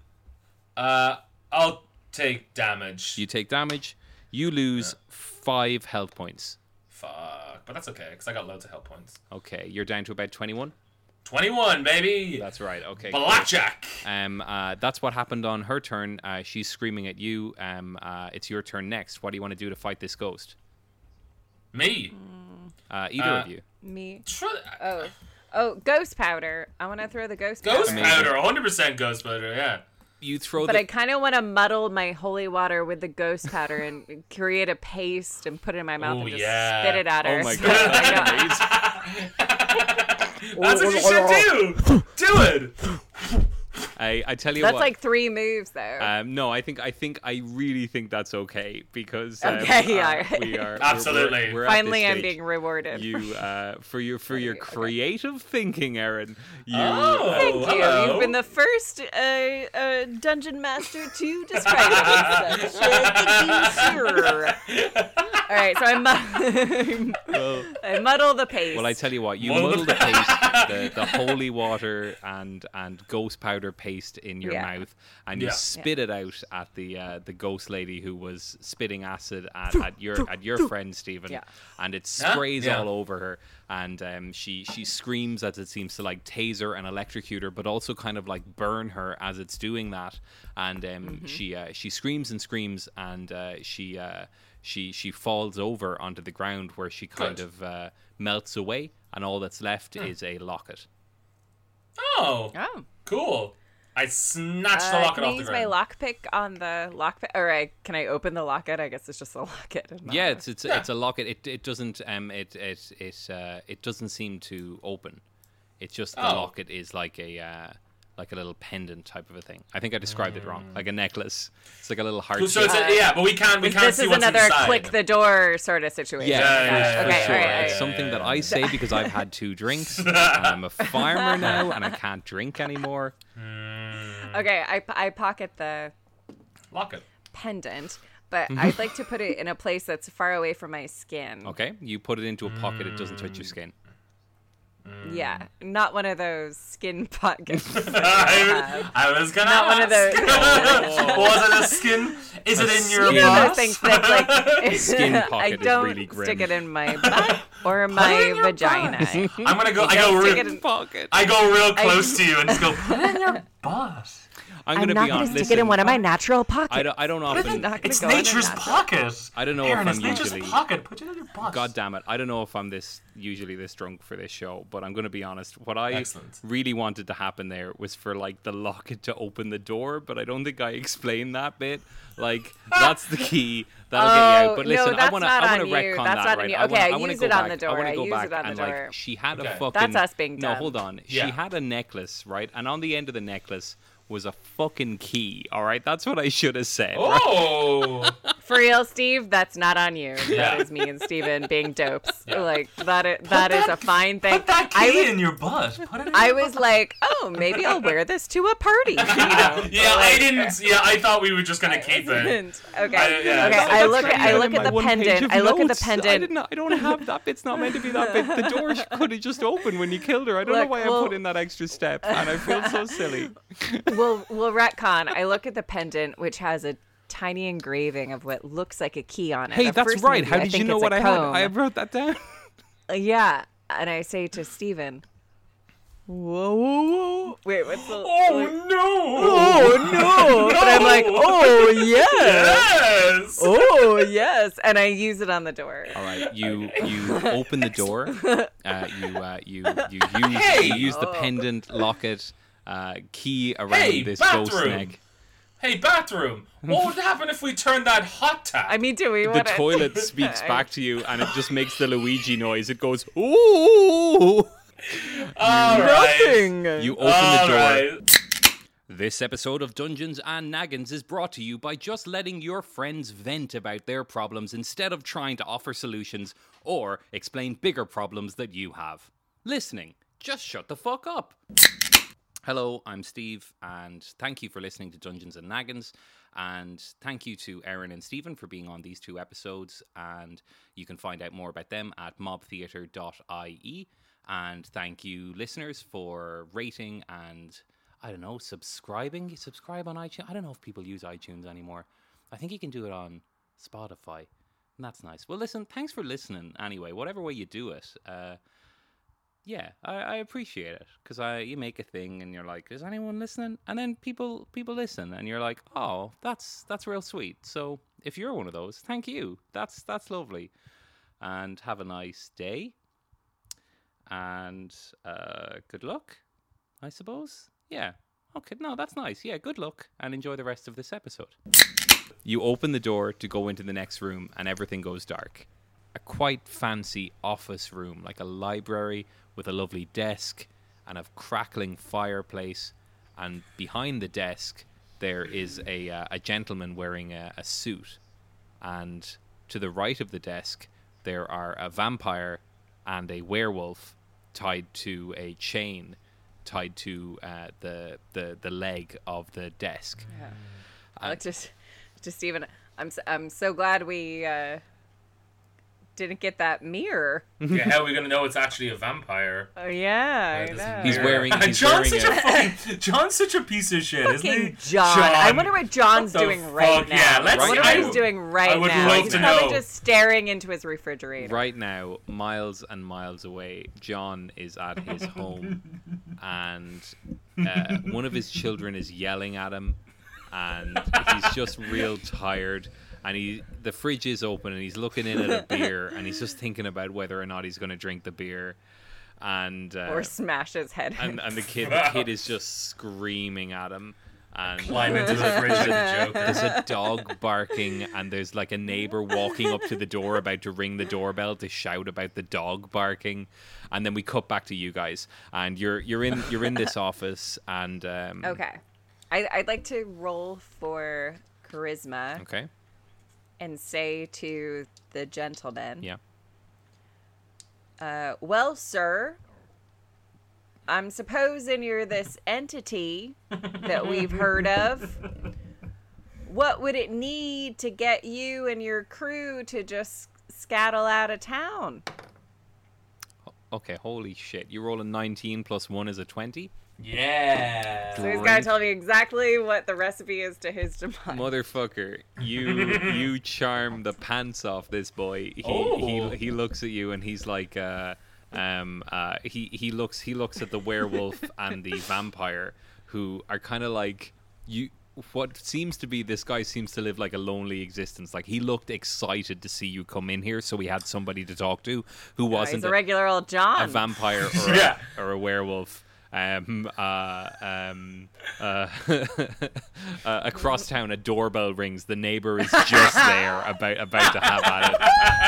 S2: Uh, I'll take damage.
S1: You take damage, you lose 5 health points.
S2: Fuck, but that's okay because I got loads of health points.
S1: Okay, you're down to about 21.
S2: Twenty-one, baby.
S1: That's right. Okay. cool.
S2: Blackjack.
S1: Um, uh, that's what happened on her turn. Uh, she's screaming at you. Um, uh, it's your turn next. What do you want to do to fight this ghost?
S2: Me.
S1: Uh, either
S2: Uh,
S1: of you.
S3: Me.
S2: Tr-
S3: Oh. Oh, ghost powder. I want to throw the ghost,
S2: Ghost
S3: powder.
S1: Amazing.
S2: powder, hundred percent ghost powder. Yeah.
S1: You throw
S3: But
S1: the.
S3: I kind of want to muddle my holy water with the ghost powder and create a paste and put it in my mouth
S2: Ooh,
S3: and just
S2: yeah.
S3: spit it at her.
S1: oh my
S3: So
S1: god!
S3: I
S1: that's amazing.
S3: know-
S2: That's what you should do. Do it.
S1: I, I tell you
S3: That's
S1: what.
S3: like three moves though.
S1: um, no, I think I think I really think that's okay because um,
S3: Okay,
S1: uh,
S3: alright.
S1: we are we're-
S2: Absolutely.
S1: we're- we're at this
S3: Finally, I'm
S1: stage.
S3: being rewarded.
S1: you uh, for your for your
S3: Okay.
S1: creative thinking, Aaron. You,
S2: Oh,
S1: uh,
S3: Thank you.
S2: hello.
S3: You've been the first uh, uh, dungeon master to describe it as such. Uh, thank you, sir. All right, so I, mu-
S1: well,
S3: I muddle the paste.
S1: Well, I tell you what, you
S2: Muddle
S1: muddle
S2: the-
S1: the paste, the, the holy water and and ghost powder paste in your
S3: Yeah.
S1: mouth, and you
S2: Yeah.
S1: spit it out at the uh, the ghost lady who was spitting acid at, at your at your friend Stephen,
S3: Yeah.
S1: and it
S2: Huh?
S1: sprays
S2: Yeah.
S1: all over her, and um, she she screams as it seems to like taser and electrocute her, but also kind of like burn her as it's doing that, and um,
S2: Mm-hmm.
S1: she uh, she screams and screams, and uh, she. Uh, she, she falls over onto the ground where she kind
S2: Good.
S1: of
S2: Hmm.
S1: uh, melts away, and all that's left is a locket.
S2: Oh,
S3: Oh.
S2: cool. I snatched the
S3: Uh,
S2: locket
S3: can I
S2: off the
S3: use my
S2: ground.
S3: lockpick on the lockpick? Or I, can I open the locket? I guess it's just a locket. and not
S1: Yeah,
S3: a-
S1: it's it's it's a locket. It it doesn't um it it it uh, it doesn't seem to open. It's just the
S2: Oh.
S1: locket is like a uh, like a little pendant type of a thing. I think I described it wrong. Like a necklace. It's like a little heart.
S2: so it's
S1: shape.
S2: a, yeah, but we can't we can't
S3: this
S2: see
S3: is
S2: what's
S3: another
S2: inside.
S3: click the door sort of situation.
S1: yeah,
S2: Yeah, yeah, yeah,
S1: for,
S2: yeah,
S1: sure.
S2: yeah, yeah,
S1: it's
S2: yeah,
S1: something
S2: yeah,
S1: that I say because I've had two drinks. and I'm a farmer now, and I can't drink anymore.
S3: Okay, I, I pocket the
S2: locket.
S3: pendant, but
S1: Mm-hmm.
S3: I'd like to put it in a place that's far away from my skin.
S1: Okay, you put it into a pocket; it doesn't touch your skin.
S3: Yeah,
S1: Mm.
S3: not one of those skin pockets.
S2: I, I was gonna
S3: Not one of
S2: ask.
S3: those.
S2: was it a skin? Is it in your
S1: skin.
S3: you know those
S2: butt?
S3: things that's like
S1: Skin
S3: I
S1: pocket is
S3: don't
S1: really grim.
S3: stick it in my butt or my vagina.
S2: I'm gonna go. I go.
S3: don't stick
S2: Real,
S3: it in-
S1: Pocket.
S2: I go real close to you and just go. Put it in your butt.
S3: Oh
S1: I'm gonna be honest. Listen,
S3: of my natural pockets.
S1: I don't. I don't often.
S3: not gonna
S2: It's
S3: go in
S2: nature's
S3: and not-
S2: pocket.
S1: I don't know if
S2: Aaron,
S1: I'm
S2: it's nature's
S1: usually-
S2: pocket. Put it in your butt.
S1: God damn it! I don't know if I'm this usually this drunk for this show, but I'm going to be honest. What I
S2: Excellent.
S1: really wanted to happen there was for like the locket to open the door, but I don't think I explained that bit. Like that's the key that'll get you
S3: Oh,
S1: out. But
S3: no,
S1: listen, I
S3: that's
S1: want to
S3: not
S1: I want to
S3: on you.
S1: retcon that.
S3: That's not on
S1: right?
S3: you.
S1: I wanna,
S3: Okay, I
S1: I wanna
S3: use
S1: go
S3: it
S1: back.
S3: on the
S1: I
S3: door.
S1: want
S3: I
S1: to go
S3: use
S1: back
S3: it on the
S1: and
S3: door.
S1: like she had a
S2: Okay.
S1: fucking.
S3: That's us being
S1: No,
S3: dumb.
S1: hold on. She
S2: Yeah.
S1: had a necklace, right? And on the end of the
S3: Oh,
S1: necklace was a fucking key. All right, that's what I should have said. right?
S2: Oh.
S3: For real, Steve, that's not on you.
S2: Yeah.
S3: That is me and Steven being dopes.
S2: Yeah.
S3: Like that. i- that is a
S2: that-
S3: fine thing.
S2: Put that
S3: I
S2: key
S3: was,
S2: in your butt. Put it in
S3: I
S2: your
S3: was like, oh, maybe I'll wear this to a party. You know?
S2: yeah, I didn't. Yeah, I thought we were just gonna keep it.
S3: Isn't- Okay.
S2: I- yeah,
S3: okay.
S2: that's-
S3: I look.
S1: That's
S3: At, I
S1: not
S3: look
S1: in
S3: at
S1: my
S3: the
S1: one page
S3: pendant.
S1: of
S3: I look at the
S1: notes. I, did
S3: pendant.
S1: not, I don't have that bit's not meant to be that bit. The door could have just opened when you killed her. I don't know
S3: Look,
S1: why I
S3: well-
S1: put in that extra step, and I feel so silly.
S3: Well, well, retcon. I look at the pendant, which has a tiny engraving of what looks like a key on it.
S1: Hey,
S3: The
S1: that's
S3: first
S1: right.
S3: movie,
S1: How did you
S3: think
S1: know
S3: it's a
S1: what I had? I
S3: comb. Uh,
S1: wrote that down.
S3: Yeah, and I say to Steven,
S1: Whoa, whoa, whoa.
S3: "Wait, what's the?"
S2: Oh no!
S3: Oh no! But I'm like, oh yes,
S2: Yes.
S3: oh yes, and I use it on the door.
S1: All right, you you open the door. Uh, you uh, you you use
S2: Hey!
S1: you use
S3: Oh.
S1: the pendant locket uh, key around
S2: Hey,
S1: this ghost
S2: bathroom!
S1: neck.
S2: Hey, bathroom. What would happen if we turned that hot tap?
S3: I mean, do we
S1: The
S3: want
S1: toilet speaks back to you, and it just makes the Luigi noise. It goes ooh.
S2: All right.
S1: You open the
S2: All
S1: door.
S2: right.
S1: This episode of Dungeons and Naggins is brought to you by just letting your friends vent about their problems instead of trying to offer solutions or explain bigger problems that you have. Listening, just shut the fuck up. Hello, I'm Steve, and thank you for listening to Dungeons and Naggins. And thank you to Erin and Stephen for being on these two episodes. And you can find out more about them at mobtheatre.ie. And thank you, listeners, for rating and I don't know, subscribing. You subscribe on iTunes. I don't know if people use iTunes anymore. I think you can do it on Spotify. And that's nice. Well, listen, thanks for listening anyway, whatever way you do it. Uh, yeah, I, I appreciate it because I you make a thing and you're like, is anyone listening? And then people people listen and you're like, oh, that's that's real sweet. So if you're one of those, thank you. That's that's lovely, and have a nice day, and uh, good luck, I suppose. Yeah. Okay, no, that's nice. Yeah, good luck and enjoy the rest of this episode. You open the door to go into the next room and everything goes dark a quite fancy office room, like a library with a lovely desk and a crackling fireplace. And behind the desk, there is a, uh, a gentleman wearing a, a suit. And to the right of the desk, there are a vampire and a werewolf tied to a chain tied to uh, the, the the leg of the desk.
S3: I looked at, Oh, to Steven. I'm so, I'm so glad we uh, didn't get that mirror.
S2: Yeah, how are we gonna know it's actually a vampire?
S3: Oh yeah, I
S2: This
S3: know.
S1: He's
S2: mirror.
S1: wearing- he's
S2: Uh, John's
S1: wearing
S2: such a fucking, John's such a piece of shit, isn't he?
S3: Fucking John. I wonder what John's
S2: the
S3: doing
S2: fuck?
S3: right now.
S2: Yeah, let's-
S3: I wonder what
S1: I
S3: he's
S1: would-
S3: doing right
S2: I would
S3: now.
S2: love
S3: he's
S2: to
S3: probably
S2: know.
S3: just staring into his refrigerator.
S1: Right now, miles and miles away, John is at his home, and uh, one of his children is yelling at him, and he's just real tired. And he, the fridge is open, and he's looking in at a beer, and he's just thinking about whether or not he's going to drink the beer, and uh,
S3: Or smash his head.
S1: and,
S3: in.
S1: and the kid, the kid is just screaming at him, and
S2: Climb into the fridge of the Joker.
S1: there's a dog barking and there's like a neighbor walking up to the door about to ring the doorbell to shout about the dog barking and then we cut back to you guys and you're you're in you're in this office and um
S3: okay, I, I'd like to roll for charisma
S1: okay
S3: and say to the gentleman,
S1: yeah
S3: uh, "Well, sir." I'm supposing you're this entity that we've heard of. What would it need to get you and your crew to just scuttle out of town?
S1: okay holy shit you roll a 19 plus 1 is a 20
S3: So
S2: Yeah.
S3: he's got to
S1: Great.
S3: tell me exactly what the recipe is to his demise.
S1: motherfucker you you charm the pants off this boy he
S2: Oh.
S1: he, he looks at you and he's like uh um uh he he looks he looks at the werewolf and the vampire who are kind of like you what seems to be this guy seems to live like a lonely existence like he looked excited to see you come in here so he had somebody to talk to who
S3: Oh,
S1: wasn't
S3: he's a regular old John.
S1: a vampire or,
S2: Yeah.
S1: a, or a werewolf. Um, uh, um, Uh, uh, across town, a doorbell rings. The neighbor is just there, about about to have at it.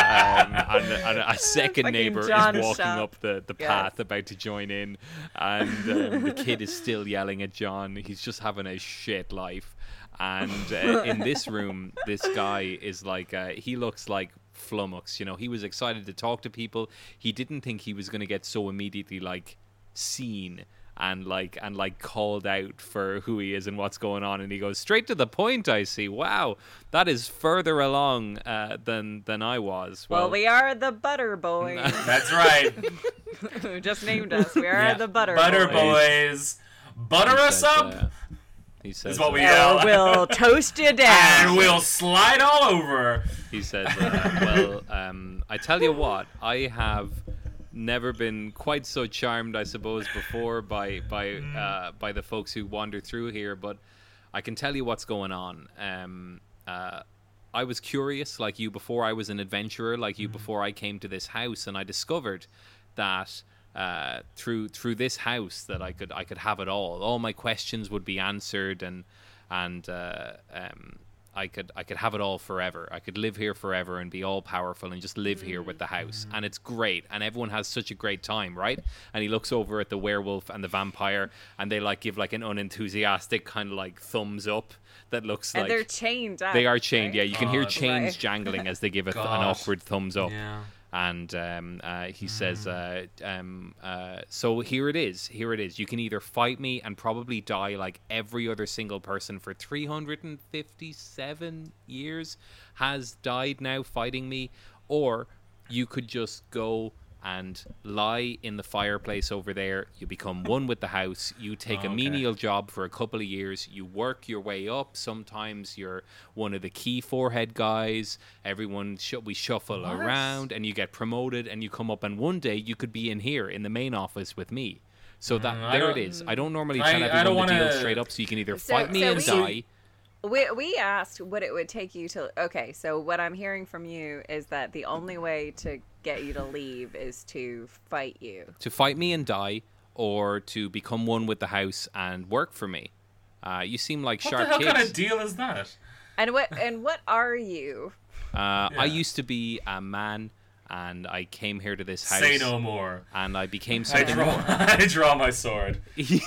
S1: Um, and, and a second
S3: Fucking
S1: neighbor is
S3: John
S1: walking
S3: Shop.
S1: up the, the
S3: Yes.
S1: path, about to join in. And um, the kid is still yelling at John. He's just having a shit life. And uh, in this room, this guy is like, uh, he looks like flummox. You know, he was excited to talk to people. He didn't think he was going to get so immediately like seen and like and like called out for who he is and what's going on. And he goes straight to the point. I see. Wow, that is further along uh, than than I was.
S3: Well, we are the Butter Boys.
S2: That's right.
S3: Who just named us. We are
S1: Yeah.
S3: the Butter,
S2: Butter
S3: Boys.
S2: boys.
S1: He
S2: Butter us
S1: says,
S2: up
S1: uh, he says.
S2: is what we
S1: uh,
S2: yell.
S3: Or we'll toast you down.
S2: and we'll slide all over.
S1: He says, uh, "Well, um, I tell you what, I have never been quite so charmed, I suppose, before by by uh, by the folks who wander through here. But I can tell you what's going on. Um, uh, I was curious, like you before. I was an adventurer, like
S3: Mm-hmm.
S1: you before. I came to this house, and I discovered that." Uh, through through this house that I could I could have it all. All my questions would be answered, and and uh, um, I could I could have it all forever. I could live here forever and be all powerful and just live here with the
S3: Mm-hmm.
S1: house. And it's great. And everyone has such a great time, right? And he looks over at the werewolf and the vampire and they like give like an unenthusiastic kind of like thumbs up that looks
S3: And
S1: like
S3: they're chained up.
S1: they are chained. Yeah,
S3: right?
S1: you can hear
S2: God.
S1: chains
S3: Right.
S1: jangling as they give a th- an
S2: God.
S1: awkward thumbs up
S2: Yeah.
S1: and um, uh, he says, uh, um, uh, "So here it is. Here it is. You can either fight me and probably die like every other single person for 357 years has died now fighting me, or you could just go." And lie in the fireplace over there. You become one with the house. You take a
S2: Okay.
S1: menial job for a couple of years. You work your way up. Sometimes you're one of the key forehead guys. Everyone, sh- we shuffle
S2: What?
S1: around and you get promoted and you come up and one day you could be in here in the main office with me so that
S2: Mm, I
S1: there it
S2: don't-
S1: is i don't normally
S2: I-
S1: tell
S2: I don't
S1: everyone the deal
S2: wanna-
S1: straight up so you can either
S3: So-
S1: fight me
S3: so
S1: and
S3: we-
S1: die
S3: We, we asked what it would take you to. Okay, so what I'm hearing from you is that the only way to get you to leave is to fight you.
S1: to fight me and die or to become one with the house and work for me uh, you seem like
S2: What the
S1: sharp
S2: hell
S1: kids
S2: kind of deal is that?
S3: And what and what are you?
S1: uh, i
S2: Yeah.
S1: used to be a man and i came here to this house
S2: Say no more.
S1: and i became
S2: I
S1: something
S2: draw. I draw my sword.
S1: he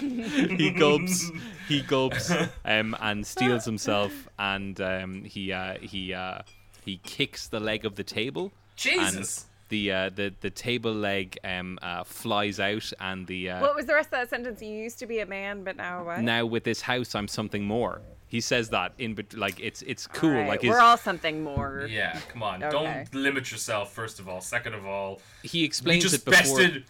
S1: he gulps he gulps um, and steals himself and um, he uh, he uh, he kicks the leg of the table
S2: Jesus.
S1: and the uh, the the table leg um, uh, flies out and the uh,
S3: What was the rest of that sentence? You used to be a man, but now what?
S1: now with this house I'm something more he says that in bet- like it's it's cool
S3: All right,
S1: like his,
S3: we're all something more.
S2: Yeah, come on.
S3: Okay.
S2: Don't limit yourself. First of all. Second of all,
S1: he
S2: we
S1: explains
S2: just
S1: it before
S2: bested.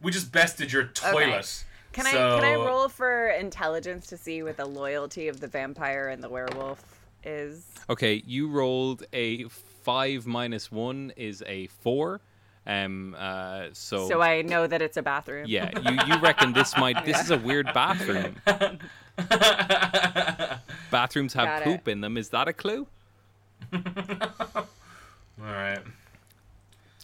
S2: We just bested your toilet.
S3: Can
S2: So-
S3: I can I roll for intelligence to see what the loyalty of the vampire and the werewolf is?
S1: Okay, you rolled a five minus one is a four. Um. Uh. So.
S3: So I know that it's a bathroom.
S1: yeah. You you reckon this might this is a weird bathroom? Bathrooms have
S3: Got it.
S1: poop in them. Is that a clue?
S2: All right.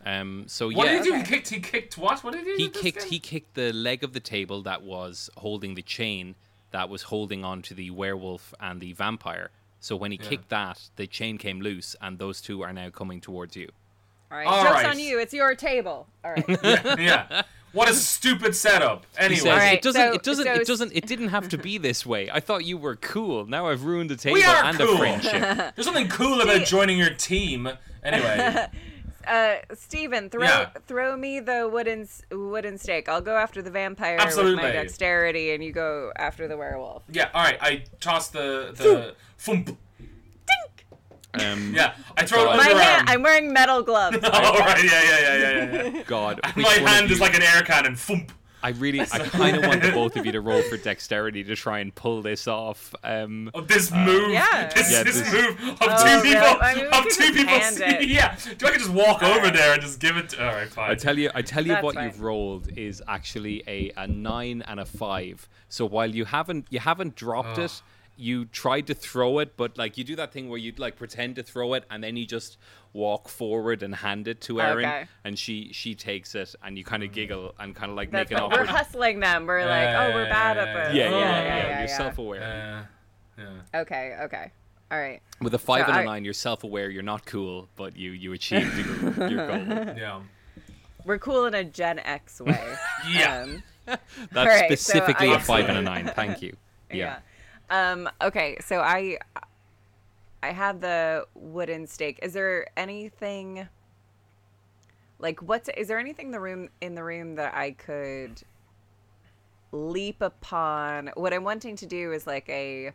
S1: Um. So
S2: What
S1: yeah.
S2: did he do? He
S3: Okay.
S2: kicked. He kicked what? What did he? do
S1: he
S2: with this
S1: kicked
S2: guy?
S1: he kicked the leg of the table that was holding the chain that was holding on to the werewolf and the vampire. So when he kicked that, the chain came loose, and those two are now coming towards you.
S3: All right.
S2: All
S3: Jokes
S2: right.
S3: on you. It's your table. All right.
S2: yeah. What a stupid setup.
S1: He
S2: Anyway,
S1: says,
S3: All
S1: it
S3: right,
S1: doesn't.
S3: so-
S1: it doesn't.
S3: so
S1: it
S3: it's-
S1: doesn't. It didn't have to be this way. I thought you were cool. Now I've ruined a table
S2: We are
S1: and
S2: cool.
S1: a friendship.
S2: there's something cool about joining your team. Anyway,
S3: Uh, Steven, throw
S2: Yeah.
S3: throw me the wooden s- wooden stake. I'll go after the vampire with
S2: Absolutely.
S3: my dexterity, and you go after the werewolf.
S2: yeah. All right, I toss the the thump.
S1: Um,
S2: Yeah, I throw it
S1: God.
S2: under
S1: My
S3: My
S2: arm.
S3: hand, I'm wearing metal gloves.
S2: All right, yeah, yeah, yeah, yeah, yeah. yeah.
S1: God, which
S2: My
S1: one of
S2: hand is
S1: you-
S2: like an air cannon. Thump.
S1: I really, I kind of want the both of you to roll for dexterity to try and pull this off. Um,
S2: Of this move,
S3: yeah.
S2: this,
S1: Yeah,
S2: this
S1: this-
S2: move of two
S3: Oh,
S2: people,
S3: yeah, I mean, we
S2: of
S3: could
S2: two
S3: just
S2: people.
S3: hand it.
S2: yeah, do I could just walk over there and just give it? To, all right, fine.
S1: I tell you, I tell you
S3: That's
S1: what
S3: fine.
S1: you've rolled is actually a, a nine and a five. So while you haven't you haven't dropped it, you tried to throw it, but like you do that thing where you like pretend to throw it, and then you just walk forward and hand it to Erin,
S3: Okay.
S1: and she she takes it, and you kind of giggle and kind of like
S3: That's
S1: make an
S3: what- we're
S1: awkward.
S3: hustling them. We're
S2: Yeah,
S3: like, oh,
S2: yeah,
S3: we're
S2: yeah,
S3: bad
S2: yeah,
S3: at this.
S1: Yeah, yeah, yeah.
S2: Yeah, yeah,
S1: You're
S3: yeah.
S1: self-aware.
S2: Uh, yeah.
S3: Okay, okay, all right.
S1: With a five
S3: So
S1: and
S3: I-
S1: a nine, you're self-aware. You're not cool, but you you achieved your, your goal.
S2: Yeah.
S3: We're cool in a Gen X way.
S2: Yeah.
S3: Um,
S1: That's
S3: right, so
S1: specifically
S3: I-
S1: a five and a nine. Thank you. Yeah.
S3: yeah. Um, okay, so I I have the wooden stake. Is there anything like what's is there anything the room in the room that I could leap upon? What I'm wanting to do is like a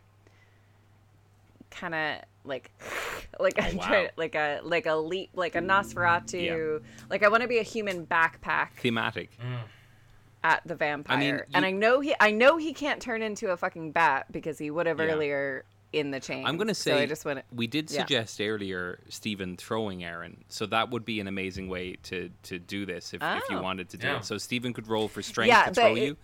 S3: kind of like like a
S1: Oh, wow.
S3: try- like a like a leap like a Nosferatu. Like I want to be a human backpack
S1: Thematic.
S3: at the vampire.
S1: you-
S3: and I know he I know he can't turn into a fucking bat because he would have
S1: Yeah.
S3: earlier in the chain.
S1: I'm going to say
S3: so I just want
S1: we did
S3: yeah.
S1: suggest earlier Stephen throwing Aaron, so that would be an amazing way to to do this if, if you
S3: Oh.
S1: wanted to do
S2: Yeah.
S1: it. So Stephen could roll for strength
S3: Yeah,
S1: to
S3: but
S1: throw
S3: it-
S1: you,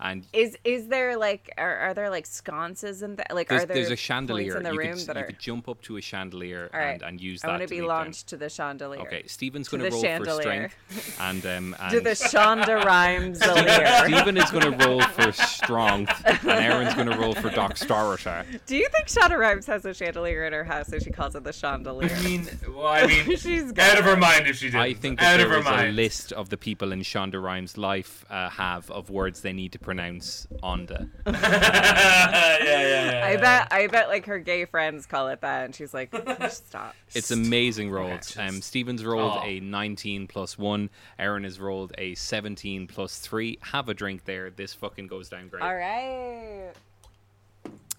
S1: and
S3: Is is there like are, are there like sconces and th- like
S1: there's,
S3: are there
S1: there's a
S3: points
S1: chandelier.
S3: in the
S1: you
S3: room
S1: could,
S3: that
S1: you
S3: are
S1: could jump up to a chandelier
S3: All right.
S1: and, and use
S3: I want
S1: that
S3: to
S1: to
S3: be
S1: leap down.
S3: launched to the chandelier.
S1: Okay, Stephen's
S3: To
S1: going to
S3: the
S1: roll for
S3: chandelier.
S1: strength, and um,
S3: To
S1: and
S3: the Shonda Rhimes Rhymesalier.
S1: Stephen is going to roll for strength, and Aaron's going to roll for Doc Starrata.
S3: Do you think Shonda Rhimes has a chandelier in her house and she calls it the chandelier?
S2: I mean, well, I mean,
S3: She's got
S2: out of her mind if she did.
S1: I think that
S2: out of
S1: there
S2: her
S1: is a
S2: mind.
S1: list of the people in Shonda Rhimes' life uh, have of words they need to pronounce on the.
S2: yeah, yeah, yeah, yeah.
S3: I bet I bet like her gay friends call it that and she's like stop.
S1: It's amazing rolls.
S2: just-
S1: Um, Stevens rolled
S2: Oh.
S1: a 19 plus 1. Aaron has rolled a 17 plus 3. Have a drink there. This fucking goes down great.
S3: All right.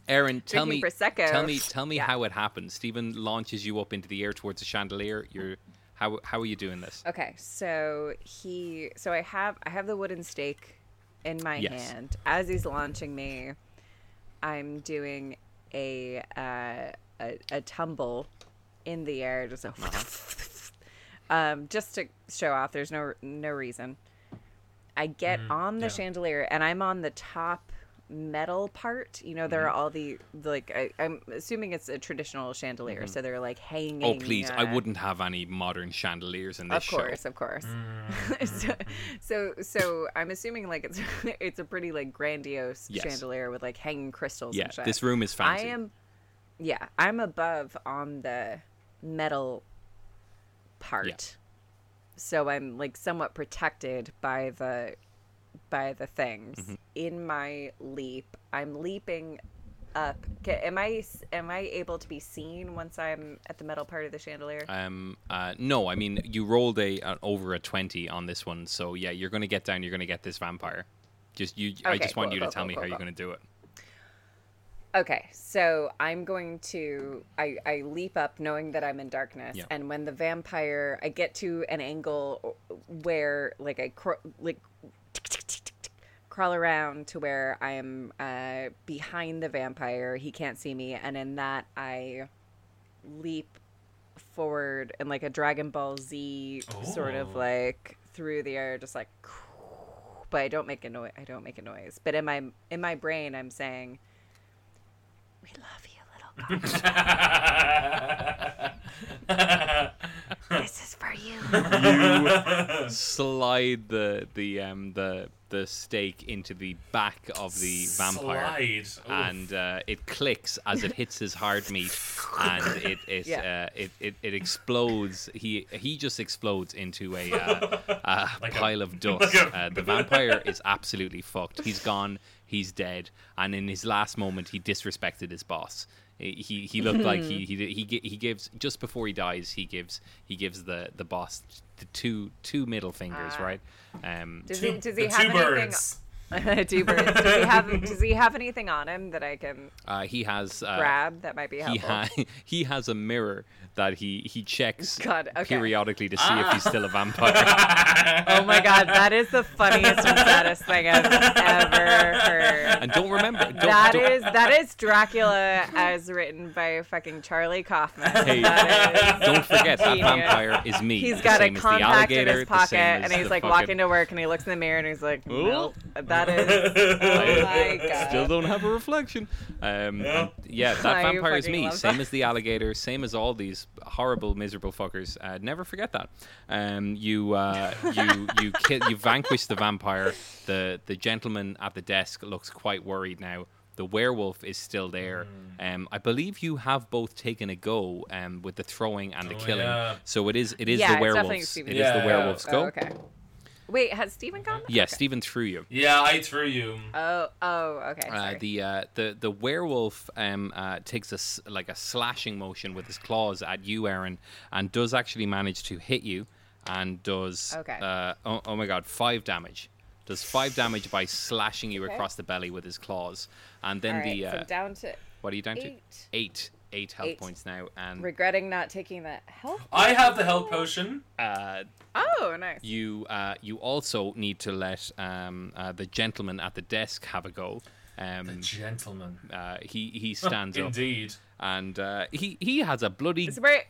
S1: Aaron, tell me,
S3: Drinking Prosecco.
S1: tell me, tell me
S3: Yeah.
S1: how it happens. Stephen launches you up into the air towards a chandelier. You're, how, how are you doing this?
S3: Okay, so he so I have I have the wooden stake in my
S1: Yes.
S3: hand. As he's launching me, I'm doing a uh, a, a tumble in the air just a um just to show off there's no no reason. I get
S1: Mm-hmm.
S3: on the
S2: yeah.
S3: chandelier and I'm on the top metal part. You know, there
S1: Mm-hmm.
S3: are all the like I, I'm assuming it's a traditional chandelier, so they're like hanging
S1: Mm-hmm. Oh please! I
S3: uh,
S1: wouldn't have any modern chandeliers in this
S3: of course
S1: show. Mm-hmm.
S3: of course so, so so i'm assuming like it's it's a pretty like grandiose
S1: Yes.
S3: chandelier with like hanging crystals
S1: Yeah,
S3: and shit
S1: this room is
S3: i
S1: fancy.
S3: am yeah i'm above on the metal part so i'm like somewhat protected by the by the things
S1: Mm-hmm.
S3: in my leap i'm leaping up Ca- am i s- am i able to be seen once i'm at the metal part of the chandelier
S1: Um, uh, no, I mean you rolled a uh, over a twenty on this one, so yeah, you're gonna get down. You're gonna get this vampire. Just you, I
S3: Okay,
S1: just want
S3: cool,
S1: you to
S3: cool,
S1: tell
S3: cool,
S1: me
S3: cool,
S1: how you're
S3: cool.
S1: gonna do it.
S3: Okay, so I'm going to I, I leap up knowing that I'm in darkness,
S1: Yeah.
S3: and when the vampire I get to an angle where like I cr- like tick, tick, tick, tick, tick, crawl around to where I am uh, behind the vampire, he can't see me, and in that I leap forward and like a Dragon Ball Z sort of
S2: Oh.
S3: like through the air, just like. But I don't make a noise. I don't make a noise. But in my in my brain, I'm saying. We love you, little god. this is for you.
S1: You slide the the um the the stake into the back of the vampire,
S2: Slide. Oh, Ooh.
S1: and uh, it clicks as it hits his hard meat, and it it,
S3: Yeah.
S1: uh, it it it explodes. He he just explodes into a, uh, a
S2: Like a-
S1: pile of dust.
S2: like a-
S1: Uh, the vampire is absolutely fucked. He's gone. He's dead. And in his last moment, he disrespected his boss. He he looked like he he did- he gi- he gives just before he dies. He gives he gives the the boss the two two middle fingers,
S3: Ah.
S1: right? Um,
S3: Does
S2: two,
S3: he, does
S2: the
S3: he
S2: two
S3: have
S2: birds.
S3: anything? two birds. Does he have Does he have anything on him that I can
S1: uh, he has uh,
S3: grab that might be
S1: he
S3: helpful?
S1: ha- he has a mirror that he he checks
S3: God, okay. Ah.
S1: periodically to see if he's still a vampire.
S3: oh my god, that is the funniest and saddest thing I've ever heard.
S1: and don't remember. Don't,
S3: That
S1: don't-
S3: is that is Dracula as written by fucking Charlie Kaufman.
S1: Hey,
S3: That is-
S1: Don't forget that
S3: Genius.
S1: vampire is me.
S3: He's
S1: the
S3: got a
S1: same as the
S3: compact in
S1: alligator,
S3: his
S1: the
S3: pocket,
S1: same as
S3: and he's
S1: the
S3: like
S1: fucking-
S3: walking to work, and he looks in the mirror, and he's like,
S1: Ooh.
S3: "Nope, That is. Oh my god.
S1: Still don't have a reflection. Um,
S2: Yeah.
S1: and yeah, that
S3: I
S1: vampire is
S3: fucking
S1: me.
S3: love
S1: Same
S3: that.
S1: as the alligator. Same as all these horrible, miserable fuckers. Uh, never forget that. Um, you uh, you you kill you vanquish the vampire. The the gentleman at the desk looks quite worried now. The werewolf is still there.
S2: Mm.
S1: Um, I believe you have both taken a go um, with the throwing and the
S2: Oh,
S1: killing.
S2: yeah.
S1: So it is it is the
S3: Yeah, it's definitely
S1: werewolf's. It
S3: Stephen.
S1: is
S2: Yeah.
S1: the werewolf's
S3: Oh,
S1: go.
S3: okay. Wait, has Steven gone?
S1: Yeah, Stephen threw you.
S2: Yeah, I threw you.
S3: Oh, oh, okay.
S1: Uh,
S3: sorry.
S1: the uh, the the werewolf um, uh, takes a s- like a slashing motion with his claws at you, Aaron, and does actually manage to hit you, and does
S3: Okay.
S1: uh, oh, oh my god five damage. Does five damage by slashing you
S3: Okay.
S1: across the belly with his claws, and
S3: All
S1: then
S3: right,
S1: the
S3: so
S1: uh,
S3: down to
S1: what are you down to?
S3: eight.
S1: Eight, eight health
S3: Eight.
S1: points now, and
S3: regretting not taking that help.
S2: I have the health potion.
S1: uh,
S3: Oh, nice.
S1: you uh, you also need to let um, uh, the gentleman at the desk have a go. Um,
S2: Gentleman.
S1: uh, he he stands up
S2: Indeed.
S1: and uh, he he has a bloody
S3: It's wear-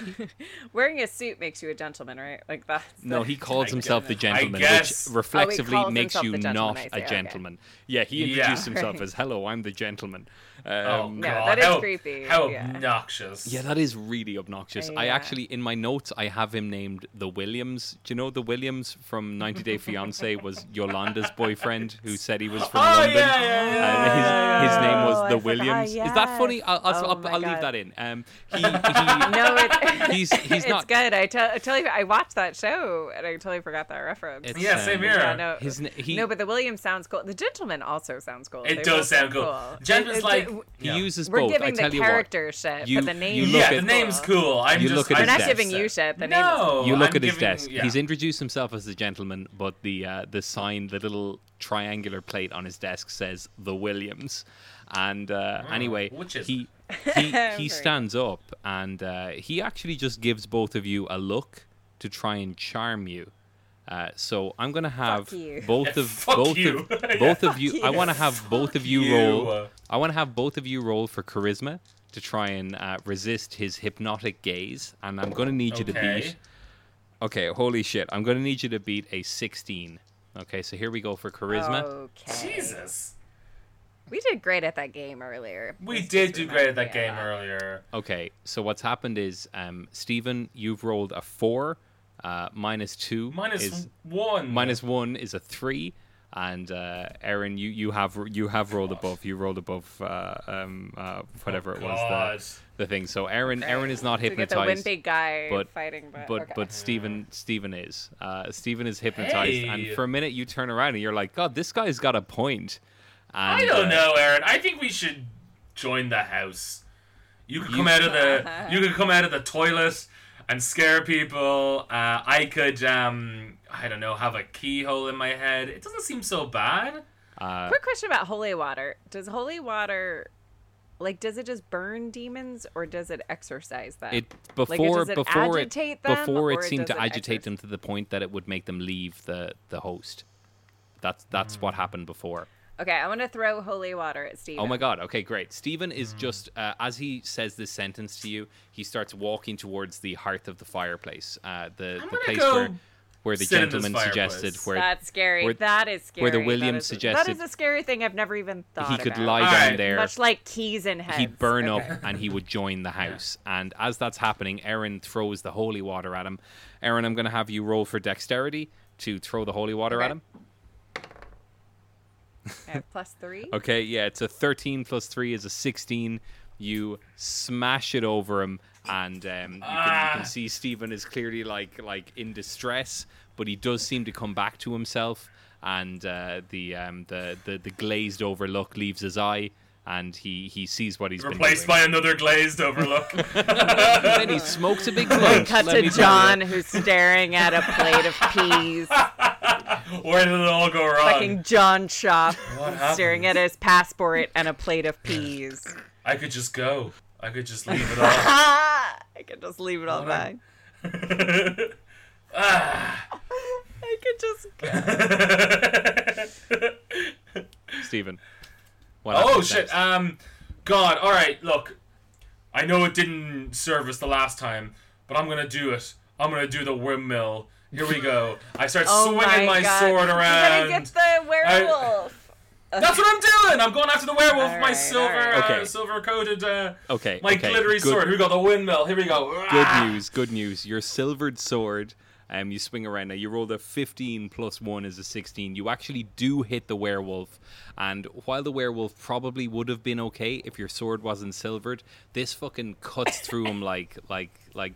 S3: wearing a suit makes you a gentleman, right? Like that's the-
S1: no. He calls
S2: I
S1: himself the
S2: guess- I
S1: gentleman, which
S2: guess. Oh,
S1: reflexively
S3: calls
S1: makes
S3: himself
S1: you
S3: the gentleman,
S1: not
S3: I see,
S1: a
S3: okay.
S1: gentleman. Yeah, he
S2: Yeah. Oh,
S1: introduced himself as "Hello, I'm the gentleman." Um,
S3: No, that is
S2: how,
S3: creepy,
S2: How
S3: yeah.
S2: obnoxious.
S1: Yeah, that is really obnoxious. I
S3: Yeah.
S1: actually, in my notes, I have him named the Williams. Do you know the Williams from 90 Day Fiance was Yolanda's boyfriend who said he was from
S2: Oh,
S1: London?
S2: yeah, yeah, yeah.
S1: And his, his name
S3: Oh, I
S1: was the
S3: forgot-
S1: Williams. Is that
S3: yes.
S1: funny? I'll, I'll,
S3: Oh
S1: I'll,
S3: my
S1: I'll leave
S3: God.
S1: that in. Um, he, he,
S3: no, it,
S1: he's he's
S3: it's
S1: not
S3: good. I tell, I tell you, I watched that show and I totally forgot that reference.
S1: It's-
S2: Yeah, same
S1: Um,
S2: here.
S3: yeah, no,
S1: his n- he-
S3: no, but the Williams sounds cool. The gentleman also sounds cool.
S2: It
S3: They both
S2: does sound cool.
S3: It- it-
S2: Gentleman's like
S1: He
S2: yeah.
S1: uses
S3: we're
S1: both. I
S3: giving
S1: tell
S3: the
S1: you
S3: character shit,
S1: You-
S3: but the name.
S1: you
S3: is
S1: look
S2: yeah,
S1: at-
S2: the name's cool. I'm
S1: You
S2: just,
S1: look at
S2: I
S1: his
S2: just-
S1: We're not
S3: giving you shit, the name is
S2: no,
S3: cool.
S1: what. You look
S2: Oh, I'm
S1: at his
S2: giving-
S1: desk.
S2: yeah.
S1: He's introduced himself as the gentleman, but the uh, the sign, the little triangular plate on his desk says the Williams. And uh, anyway,
S2: Ah, which is
S1: he he, he
S3: Very-
S1: stands up and uh, he actually just gives both of you a look to try and charm you. Uh, so I'm gonna have
S3: you.
S1: both
S2: Yeah,
S1: of
S2: fuck
S1: both
S2: you.
S1: of both of
S3: Fuck
S1: you.
S3: you.
S1: I want to have both of you,
S2: you.
S1: roll. I want to have both of you roll for charisma to try and uh, resist his hypnotic gaze, and I'm gonna need you to
S2: Okay.
S1: beat. Okay, holy shit! I'm gonna need you to beat a 16. Okay, so here we go for charisma.
S3: Oh. Okay.
S2: Jesus.
S3: We did great at that game earlier.
S2: We
S3: This
S2: did
S3: just
S2: do great at
S3: reminded
S2: that
S3: me
S2: game
S3: of uh,
S2: earlier.
S1: Okay, so what's happened is, um, Stephen, you've rolled a four, uh, minus two
S2: Minus
S1: is
S2: one.
S1: minus one is a three, and uh, Aaron, you, you have you have rolled above. You rolled above uh, um, uh, whatever it
S2: God.
S1: was the, the thing. So Aaron Aaron is not
S3: So we get the
S1: hypnotized.
S3: wimpy guy
S1: but-
S3: fighting, but
S1: but
S3: okay.
S1: but Stephen Stephen is uh, Stephen is hypnotized, and
S2: Hey.
S1: for a minute you turn around and you're like, God, this guy's got a point. And,
S2: I don't
S1: uh,
S2: know, Aaron. I think we should join the house. You could
S1: You-
S2: come out of the you could come out of the toilet and scare people. Uh, I could um I don't know have a keyhole in my head. It doesn't seem so bad.
S1: uh,
S3: Quick question about holy water. Does holy water like does it just burn demons or does it exorcise them?
S1: it
S3: it
S1: before
S3: doesn't
S1: before it
S3: agitate them,
S1: before
S3: or
S1: it
S3: it
S1: seemed to
S3: doesn't
S1: agitate
S3: exerc-
S1: them to the point that it would make them leave the the host. That's that's
S3: Mm.
S1: what happened before.
S3: okay, I'm gonna throw holy water at Steve.
S1: Oh my god. Okay, great. Stephen is just
S3: Mm.
S1: uh, as he says this sentence to you, he starts walking towards the hearth of the fireplace, uh, the the
S2: gonna
S1: place
S2: go
S1: where where the
S2: sit in this
S1: gentleman suggested
S2: fireplace.
S1: where
S3: That's scary.
S1: where-
S3: that is scary.
S1: where the
S3: That
S1: Williams
S3: is a-
S1: suggested-
S3: that is a scary thing I've never even thought
S1: he could
S3: about.
S1: lie
S2: All
S1: down
S2: right.
S1: there.
S3: Much like keys and heads.
S1: he'd burn
S3: Okay.
S1: up and he would join the house. And as that's happening, Aaron throws the holy water at him. Aaron, I'm going to have you roll for dexterity to throw the holy water at
S3: Okay.
S1: him.
S3: I have plus three.
S1: Okay, yeah, it's a 13 plus 3 is a 16. You smash it over him, and um, you, can, you
S2: Ah.
S1: can see Stephen is clearly like like in distress, but he does seem to come back to himself, and uh, the, um, the the the glazed over look leaves his eye, and he he sees what he's
S2: Replaced
S1: been doing.
S2: by another glazed overlook.
S1: then he smokes a big blunt.
S3: Cut
S1: let
S3: to
S1: me tell you.
S3: John who's staring at a plate of peas.
S2: Where did it all go wrong?
S3: fucking John Shop
S2: happened?
S3: staring at his passport and a plate of peas.
S2: I could just go. I could just leave it all.
S3: Ah, I could just leave it all back. I could just.
S2: Ah.
S1: Stephen. What
S2: Oh
S1: happens
S2: shit.
S1: next?
S2: Um, God. All right. Look, I know it didn't serve us the last time, but I'm gonna do it. I'm gonna do the windmill. Here we go. I start
S3: Oh
S2: swinging my,
S3: God.
S2: sword
S3: You gotta
S2: around.
S3: get the werewolf werewolf.
S2: That's what I'm doing. I'm going after the werewolf. with my
S3: Alright,
S2: silver,
S3: alright.
S2: uh,
S1: Okay.
S2: silver coated, uh,
S1: Okay,
S2: my
S1: okay,
S2: glittery
S1: good-
S2: sword. Ah. Here we go. The windmill. Here we go.
S1: Good news, good news. Your silvered sword. Um, you swing around now. You roll a 15 plus 1 is a 16. You actually do hit the werewolf. And while the werewolf probably would have been okay if your sword wasn't silvered, this fucking cuts through him like, like, like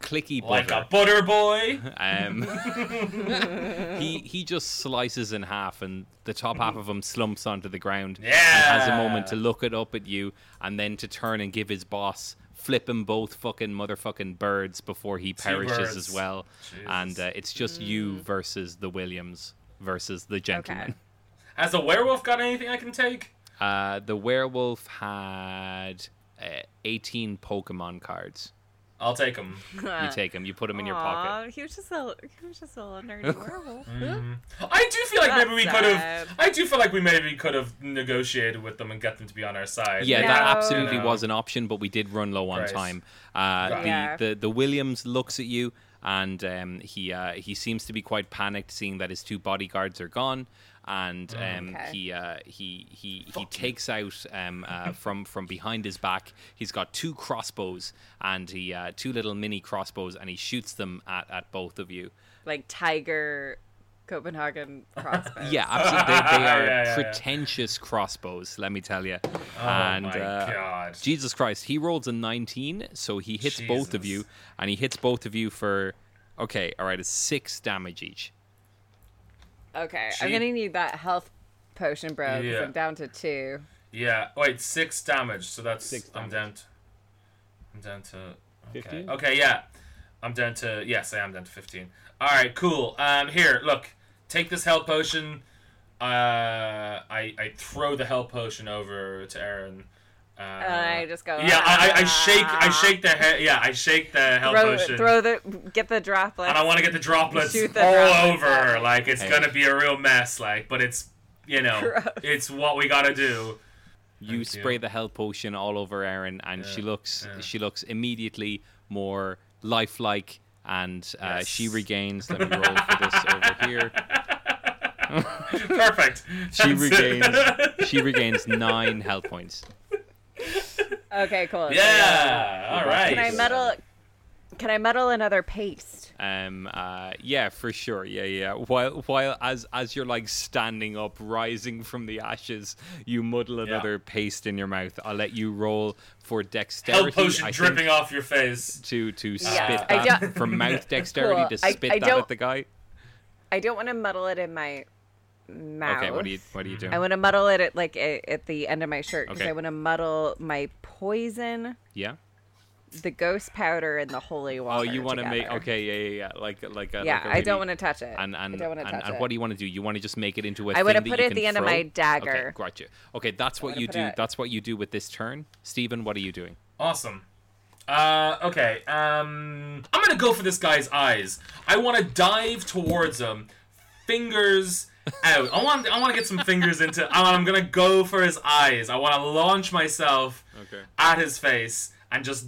S1: clicky
S2: Like
S1: butter.
S2: a butter boy.
S1: Um, he he just slices in half, and the top half of him slumps onto the ground. And has a
S2: Yeah.
S1: moment to look it up at you, and then to turn and give his boss flip him both fucking motherfucking birds before he perishes
S2: birds. Mm.
S1: as well. And uh, it's just you versus the Williams versus the gentleman.
S2: Has the werewolf got anything I can take?
S1: Uh, the werewolf had uh, eighteen Pokemon cards.
S2: I'll take him.
S1: You take them. You put them in your pocket.
S3: He was just a he was just a little nerdy werewolf.
S2: I do feel like
S3: That's um,
S2: maybe we could have.
S3: sad.
S2: I do feel like we maybe could have negotiated with them and get them to be on our side.
S1: Yeah,
S3: No.
S1: that absolutely
S2: No.
S1: was an option, but we did run low on
S2: Right.
S1: time. Uh, the,
S3: Yeah.
S1: the the Williams looks at you, and um, he uh, he seems to be quite panicked, seeing that his two bodyguards are gone, and
S2: Mm.
S1: um,
S3: Okay.
S1: he uh, he he he takes out um, uh, from from behind his back. He's got two crossbows and he uh, two little mini crossbows, and he shoots them at, at both of you.
S3: Like tiger, Copenhagen crossbow.
S1: Yeah, absolutely. They, they are
S2: Yeah, yeah, yeah.
S1: pretentious crossbows, let me tell you.
S2: Oh
S1: and
S2: my
S1: uh,
S2: god.
S1: Jesus Christ, he rolls a 19, so he hits both of you,
S2: Jesus.
S1: and he hits both of you for, okay, all right, it's six damage each.
S3: Okay,
S2: She-
S3: I'm gonna need that health potion, bro. 'cause
S2: Yeah.
S3: I'm down to two.
S2: Yeah. Wait, six damage. So that's
S1: Six
S2: I'm
S1: damage.
S2: down. To, I'm down to. Okay.
S1: 15?
S2: Okay. Yeah. I'm down to. Yes, I am down to fifteen. All right. Cool. Um. Here. Look. Take this health potion. Uh. I. I throw the health potion over to Aaron. Uh,
S3: And I just go.
S2: yeah, I, I, I
S3: "Ah."
S2: shake, I shake the head. Yeah, I shake the health
S3: Throw,
S2: potion,
S3: throw the get the droplet.
S2: and I want to get the droplets
S3: Shoot the
S2: all
S3: droplets
S2: over
S3: out.
S2: her. Like it's
S1: Hey.
S2: gonna be a real mess. Like, but it's, you know,
S3: Gross.
S2: it's what we gotta do.
S1: You
S2: Thank you.
S1: spray the health potion all over Erin, and she looks
S2: yeah.
S1: she looks immediately more lifelike, and uh, she
S2: Yes.
S1: regains. Let me roll for this over here.
S2: Perfect.
S1: She
S2: That's it.
S1: regains she regains nine health points.
S3: Okay, cool.
S2: Yeah. All right.
S3: Can I
S1: Nice. met-
S3: meddle? Can I meddle another paste?
S1: Um. Uh. Yeah. For sure. Yeah. Yeah. While while as as you're like standing up, rising from the ashes, you muddle another paste in your mouth. I'll let you roll for dexterity.
S2: Health potion
S1: I
S2: dripping
S1: think,
S2: off your face.
S1: to to spit
S3: I
S1: that
S3: don't-
S1: from mouth dexterity
S3: Cool.
S1: to
S3: I-
S1: spit
S3: I
S1: that at
S3: don't-
S1: the guy.
S3: I don't want to muddle it in my mouth.
S1: Okay. What are you What are you doing?
S3: I want to muddle it at like a, at the end of my shirt because
S1: Okay.
S3: I want to muddle my poison,
S1: yeah.
S3: the ghost powder, and the holy water.
S1: Oh, you want to make
S3: together.
S1: okay. Yeah. Yeah. Yeah. Like like a,
S3: Yeah,
S1: like a
S3: I don't
S1: really-
S3: want to touch it.
S1: And and
S3: I don't want to
S1: and,
S3: touch
S1: and
S3: it.
S1: what do you want to do? You want to just make it into a
S3: I
S1: want
S3: wanna
S1: to
S3: put it at the end of my
S1: Okay,
S3: dagger.
S1: gotcha. Okay, that's what
S3: wanna
S1: you
S3: put
S1: do.
S3: it-
S1: That's what you do with this turn, Stephen. What are you doing?
S2: Awesome. Uh, okay. Um, I'm gonna go for this guy's eyes. I want to dive towards him, fingers out. I want. I want to get some fingers into. I want, I'm gonna go for his eyes. I want to launch myself
S1: Okay.
S2: at his face and just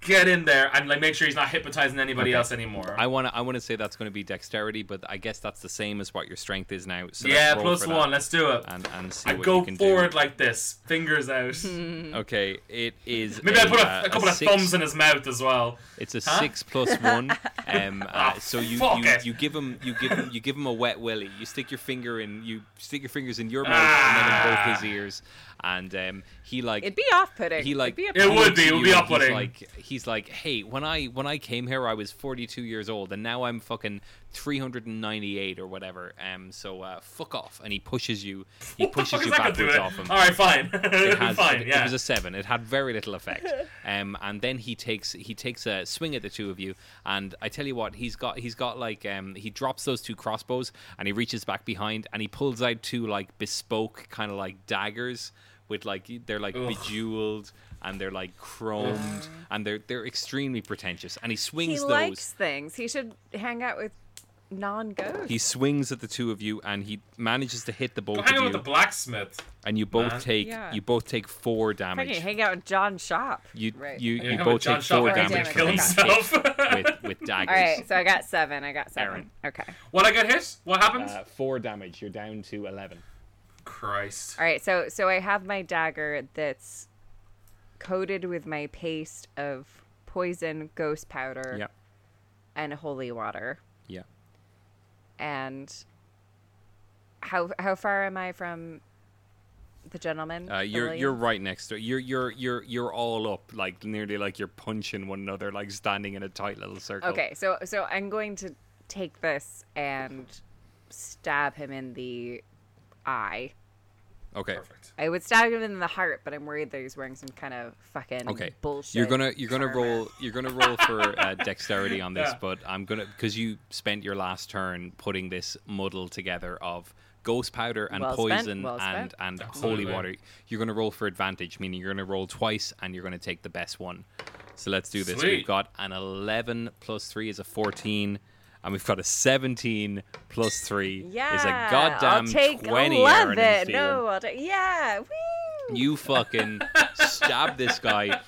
S2: get in there and like make sure he's not hypnotizing anybody
S1: Okay.
S2: else anymore.
S1: I want to. I want to say that's going to be dexterity, but I guess that's the same as what your strength is now. So let's
S2: yeah,
S1: roll
S2: plus
S1: for that
S2: one. Let's do it.
S1: And and see
S2: I
S1: what
S2: go
S1: you can
S2: forward like this, fingers out.
S1: do. Okay, it is.
S2: Maybe I put
S1: uh,
S2: a, a couple of
S1: six-
S2: thumbs in his mouth as well.
S1: It's a
S2: Huh?
S1: six plus one. Um, uh,
S2: Ah,
S1: so you
S2: fuck
S1: you,
S2: it.
S1: you give him you give him you give him a wet willy. You stick your finger in you stick your fingers in your mouth and
S2: Ah.
S1: then in both his ears, and um, he like
S3: It'd be off-putting.
S1: he like
S3: It'd be
S2: It would
S1: looks
S2: be,
S1: at
S2: it would
S1: you
S2: be
S1: and
S2: off-putting.
S1: He's like he's like, hey, when I when I came here, I was 42 years old, and now I'm fucking 398 or whatever. Um, so uh, fuck off. And he pushes you. He
S2: What the fuck
S1: pushes you
S2: is that gonna do
S1: backwards
S2: it?
S1: off him.
S2: All right, fine.
S1: It has,
S2: fine.
S1: it, it
S2: yeah.
S1: was a seven. It had very little effect. Um, and then he takes he takes a swing at the two of you. And I tell you what, he's got he's got like um, he drops those two crossbows and he reaches back behind and he pulls out two like bespoke kind of like daggers with like they're like
S2: Ugh.
S1: bejeweled and they're like chromed and they're they're extremely pretentious. And he
S3: He
S1: swings those.
S3: likes things. He should hang out with non-ghost.
S1: He swings at the two of you, and he manages to hit the both
S2: Go
S1: of
S2: hang out
S1: you,
S2: with the blacksmith.
S1: and you both
S2: man.
S1: take
S3: Yeah.
S1: you both take four
S3: Fucking
S1: damage.
S3: hang out with John Shop.
S1: You
S3: Right.
S1: you,
S2: Yeah,
S1: you
S2: hang out
S1: both
S2: with John
S1: take four
S3: Shop
S2: after he
S1: damage.
S2: Kill
S1: from that
S2: himself.
S1: hit with with daggers.
S3: All right, so I got seven. I got seven.
S1: Aaron.
S3: Okay.
S2: What I get hit? What happens?
S1: Uh, four damage. You're down to eleven.
S2: Christ.
S3: All right, so so I have my dagger that's coated with my paste of poison, ghost powder,
S1: Yeah,
S3: and holy water.
S1: yeah.
S3: And how how far am I from the gentleman?
S1: Uh,
S3: the
S1: you're
S3: lady?
S1: you're right next to you're you're you're you're all up like nearly like you're punching one another like standing in a tight little circle.
S3: Okay, so so I'm going to take this and stab him in the eye.
S1: Okay.
S2: Perfect.
S3: I would stab him in the heart, but I'm worried that he's wearing some kind of fucking
S1: Okay.
S3: bullshit.
S1: You're gonna you're gonna
S3: armor.
S1: roll you're gonna roll for uh, dexterity on this,
S2: Yeah.
S1: but I'm gonna because you spent your last turn putting this muddle together of ghost powder and
S3: Well spent,
S1: poison
S3: well
S1: and
S3: spent.
S1: and
S2: Absolutely.
S1: holy water. You're gonna roll for advantage, meaning you're gonna roll twice and you're gonna take the best one. So let's do this. We've
S2: Sweet.
S1: got an 11 plus three is a 14. And we've got a 17 plus 3
S3: Yeah,
S1: is a goddamn
S3: I'll take
S1: 20. Aaron and
S3: Eleven.
S1: Stephen.
S3: no, I'll take, yeah, woo.
S1: You fucking stab this guy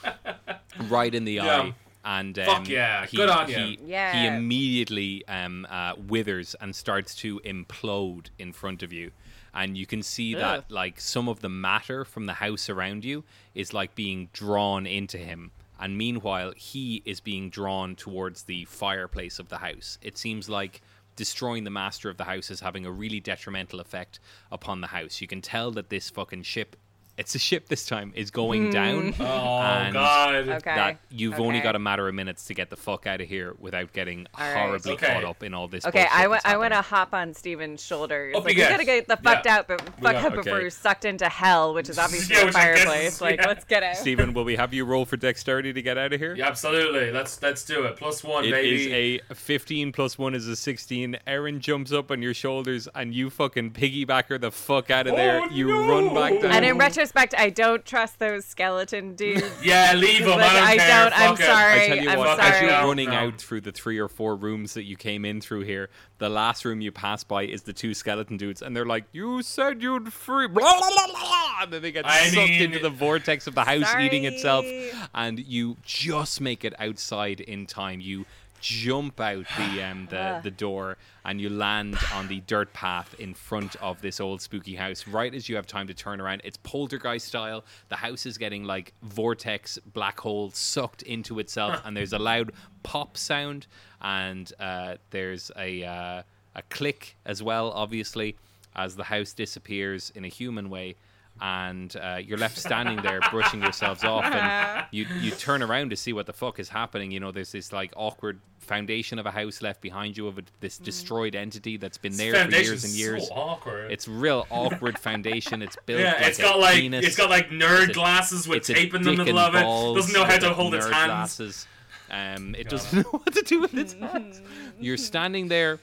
S1: right in the
S2: Yeah.
S1: eye. And um,
S2: Fuck yeah.
S1: he,
S2: Good on
S1: he,
S2: ya.
S1: He
S3: Yeah.
S1: immediately um, uh, withers and starts to implode in front of you. And you can see
S3: Ugh.
S1: that, like, some of the matter from the house around you is, like, being drawn into him. And meanwhile, he is being drawn towards the fireplace of the house. It seems like destroying the master of the house is having a really detrimental effect upon the house. You can tell that this fucking ship, it's a ship this time, is going down.
S2: Oh
S1: and
S2: God.
S3: Okay.
S1: That you've only
S3: okay.
S1: got a matter of minutes to get the fuck out of here without getting
S3: right.
S1: horribly
S2: Okay.
S1: caught up in all this.
S3: Okay,
S1: bullshit
S3: I
S1: that's
S3: want to
S1: happening.
S3: hop on Steven's shoulders.
S2: Up
S3: like,
S2: he
S3: you gotta
S2: gets.
S3: get the fuck
S2: Yeah.
S3: out, but fuck
S2: got-
S3: up before
S1: okay.
S3: you're sucked into hell, which is obviously
S2: Yeah,
S3: a
S2: which I guess is-
S3: fireplace. like,
S2: yeah.
S3: let's get out.
S1: Stephen, will we have you roll for dexterity to get out of here?
S2: Yeah, absolutely. Let's let's do it. Plus one,
S1: It
S2: baby.
S1: is a 15 plus 1 is a 16. Aaron jumps up on your shoulders and you fucking piggyback her the fuck out of there.
S2: Oh,
S1: you
S2: no.
S1: run back down.
S3: and in retrospect, I don't trust those skeleton dudes.
S2: Yeah, leave him.
S3: Like,
S2: I don't
S3: I
S2: care.
S3: don't- I'm
S2: Fuck it.
S1: I
S3: sorry.
S1: tell you
S3: I'm
S1: what, as
S3: sorry.
S1: you're
S2: No,
S1: running
S2: no.
S1: out through the three or four rooms that you came in through here, the last room you pass by is the two skeleton dudes, and they're like, "You said you'd free," blah, blah, blah, blah, blah," and then they get
S2: I
S1: sucked
S2: mean-
S1: into the vortex of the house eating itself,
S3: Sorry.
S1: and you just make it outside in time. You jump out the um the, the door and you land on the dirt path in front of this old spooky house right as you have time to turn around it's poltergeist style the house is getting like vortex black hole sucked into itself and there's a loud pop sound and uh, there's a uh, a click as well obviously as the house disappears in a human way and uh, you're left standing there brushing yourselves off and you, you turn around to see what the fuck is happening you know there's this like awkward foundation of a house left behind you of a, this destroyed entity that's been there for years
S2: Foundation's
S1: and years
S2: So awkward.
S1: it's real awkward foundation it's built
S2: yeah,
S1: like
S2: it's
S1: a
S2: got like
S1: penis.
S2: it's got like
S1: It's
S2: nerd
S1: a-
S2: glasses with
S1: it's a
S2: tape in the
S1: dick
S2: middle
S1: and
S2: of it.
S1: balls
S2: Doesn't know how
S1: with
S2: to
S1: a
S2: hold its
S1: nerd
S2: hands.
S1: Glasses. Um, it doesn't know what to do with
S3: Mm-hmm.
S1: its hands. You're standing there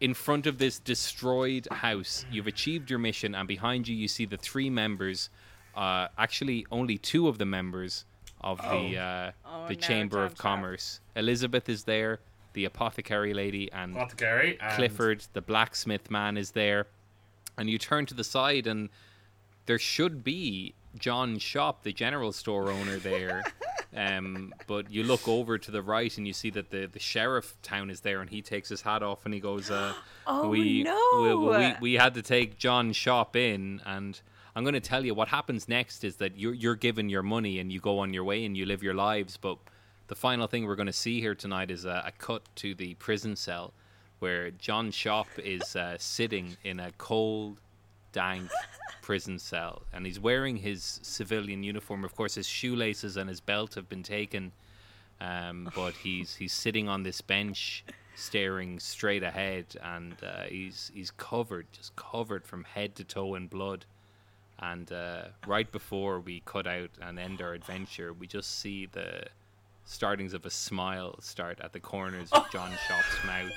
S1: in front of this destroyed house. You've achieved your mission, and behind you, you see the three members. Uh, actually, only two of the members of the uh,
S3: Oh,
S1: the
S3: no,
S1: Chamber of
S3: Tom Sharp.
S1: Commerce. Elizabeth is there, the apothecary lady, and
S2: Not the Gary. and-
S1: Clifford, the blacksmith man, is there, and you turn to the side, and there should be John Shop, the general store owner, there. um, but you look over to the right, and you see that the, the sheriff town is there, and he takes his hat off, and he goes, uh,
S3: Oh,
S1: we,
S3: no.
S1: we, we we had to take John Shop in, and I'm going to tell you what happens next is that you're you're given your money and you go on your way and you live your lives, but the final thing we're going to see here tonight is a, a cut to the prison cell where John Shop is uh, sitting in a cold, dank prison cell, and he's wearing his civilian uniform. Of course, his shoelaces and his belt have been taken, um, but he's he's sitting on this bench, staring straight ahead, and uh, he's he's covered, just covered from head to toe in blood. And uh, right before we cut out and end our adventure, we just see the startings of a smile start at the corners of John Shop's mouth.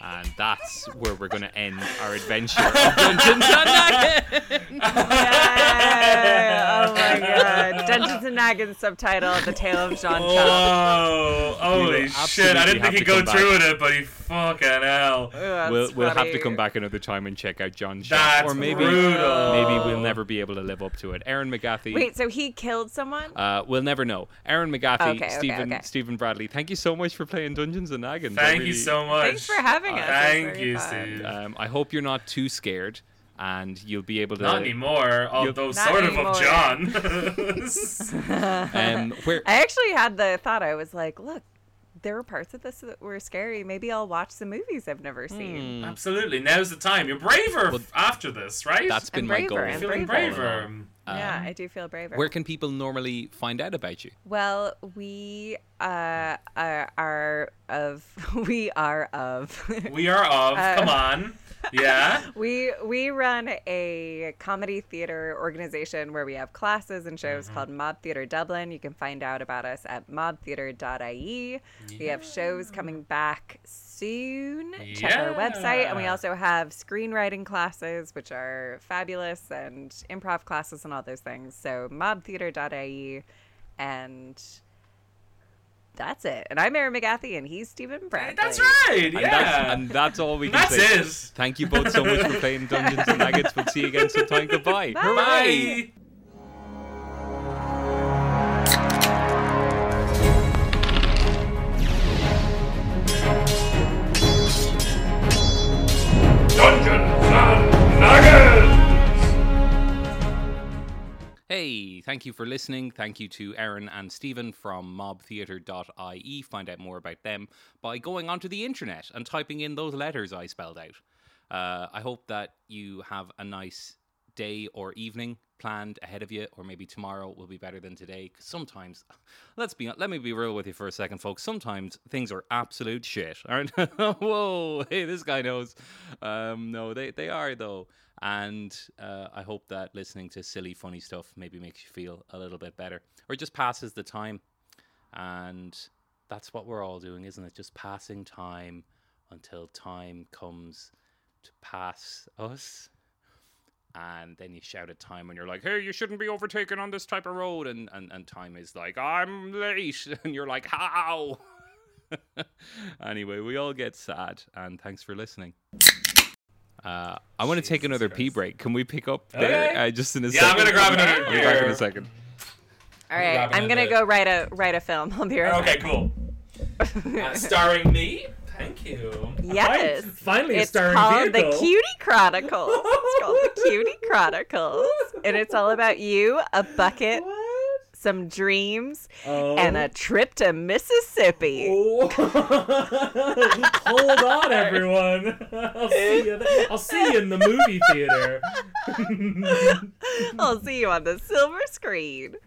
S1: And that's where we're going to end our adventure of Dungeons and Dragons.
S3: Yeah, oh my god. Dungeons and Dragons subtitle, The Tale of
S2: Oh.
S3: Jean Chop.
S2: Whoa!
S1: We
S2: Holy
S1: will
S2: shit! I
S1: absolutely
S2: didn't
S1: have
S2: think he'd
S1: to
S2: go
S1: come
S2: through with it, but he fucking hell.
S3: Ooh, that's
S1: we'll we'll have to
S3: funny.
S1: come back another time and check out John Shaw.
S2: That's
S1: Or maybe
S2: brutal.
S1: maybe we'll never be able to live up to it. Aaron McGathy.
S3: Wait, so he killed someone?
S1: Uh, we'll never know. Aaron McGathy,
S3: Okay, okay,
S1: Stephen
S3: okay.
S1: Stephen Bradley. Thank you so much for playing Dungeons and Dragons. I
S2: Thank
S1: really-
S2: you so much.
S3: Thanks for having us. That's
S2: Thank
S3: very
S2: you,
S3: fun.
S2: Steve.
S1: Um, I hope you're not too scared, and you'll be able to.
S2: Not anymore, although
S1: Not
S2: sort
S3: anymore.
S2: of of John.
S1: Um, where
S3: I actually had the thought, I was like, look, there were parts of this that were scary. Maybe I'll watch some movies I've never
S2: Hmm.
S3: seen.
S2: Absolutely, now's the time. You're braver f- after this, right?
S1: that's been
S3: I'm
S1: my
S3: braver,
S1: goal.
S3: I'm
S2: feeling
S3: braver.
S2: braver.
S3: yeah, I do feel braver.
S1: Where can people normally find out about you?
S3: Well, we uh, are, are of we are of
S2: We are of.
S3: Uh,
S2: come on. Yeah.
S3: we we run a comedy theater organization where we have classes and shows
S2: Mm-hmm.
S3: called Mob Theater Dublin. You can find out about us at mobtheater.ie. We have shows coming back soon. Check our website, and we
S2: Yeah.
S3: also have screenwriting classes, which are fabulous, and improv classes and all those things. So mobtheater.ie, and that's it. And I'm Aaron McGathy, and he's Stephen Bradley.
S2: That's right.
S1: And, that's,
S2: Yeah.
S1: and that's all we can
S2: That's
S1: say.
S2: it.
S1: Thank you both so much for playing Dungeons and Nuggets. We'll see you again sometime. Goodbye.
S3: Bye.
S2: Bye.
S4: Dungeons and Dragons!
S1: Hey, thank you for listening. Thank you to Aaron and Stephen from mobtheatre.ie. Find out more about them by going onto the internet and typing in those letters I spelled out. Uh, I hope that you have a nice day or evening planned ahead of you, or maybe tomorrow will be better than today. 'cause sometimes, let's be let me be real with you for a second, folks. Sometimes things are absolute shit. Aren't? Whoa, hey, this guy knows. Um, no, they they are though, and uh, I hope that listening to silly, funny stuff maybe makes you feel a little bit better, or just passes the time. And that's what we're all doing, isn't it? Just passing time until time comes to pass us and then you shout at time and you're like hey you shouldn't be overtaken on this type of road and and, and time is like i'm late and you're like how anyway we all get sad and thanks for listening uh, i want to take another pee break can we pick up there
S2: Okay.
S1: uh, just in a
S2: Yeah,
S1: second
S2: I'm gonna grab another
S1: I'll be back in
S2: beer.
S1: a second
S3: All right,
S2: Robin
S3: I'm
S2: and
S3: gonna
S2: the-
S3: go write a write a film. I'll be right back.
S2: Okay, cool. Uh, starring me. Thank you.
S3: Yes.
S5: Fin- Finally, a
S3: It's
S5: starring
S3: called
S5: vehicle.
S3: the Cutie Chronicles. It's called the Cutie Chronicles, and it's all about you, a bucket, some dreams,
S5: Oh.
S3: and a trip to Mississippi.
S5: Oh. Hold on, everyone. I'll see you. th- I'll see you in the movie theater.
S3: I'll see you on the silver screen.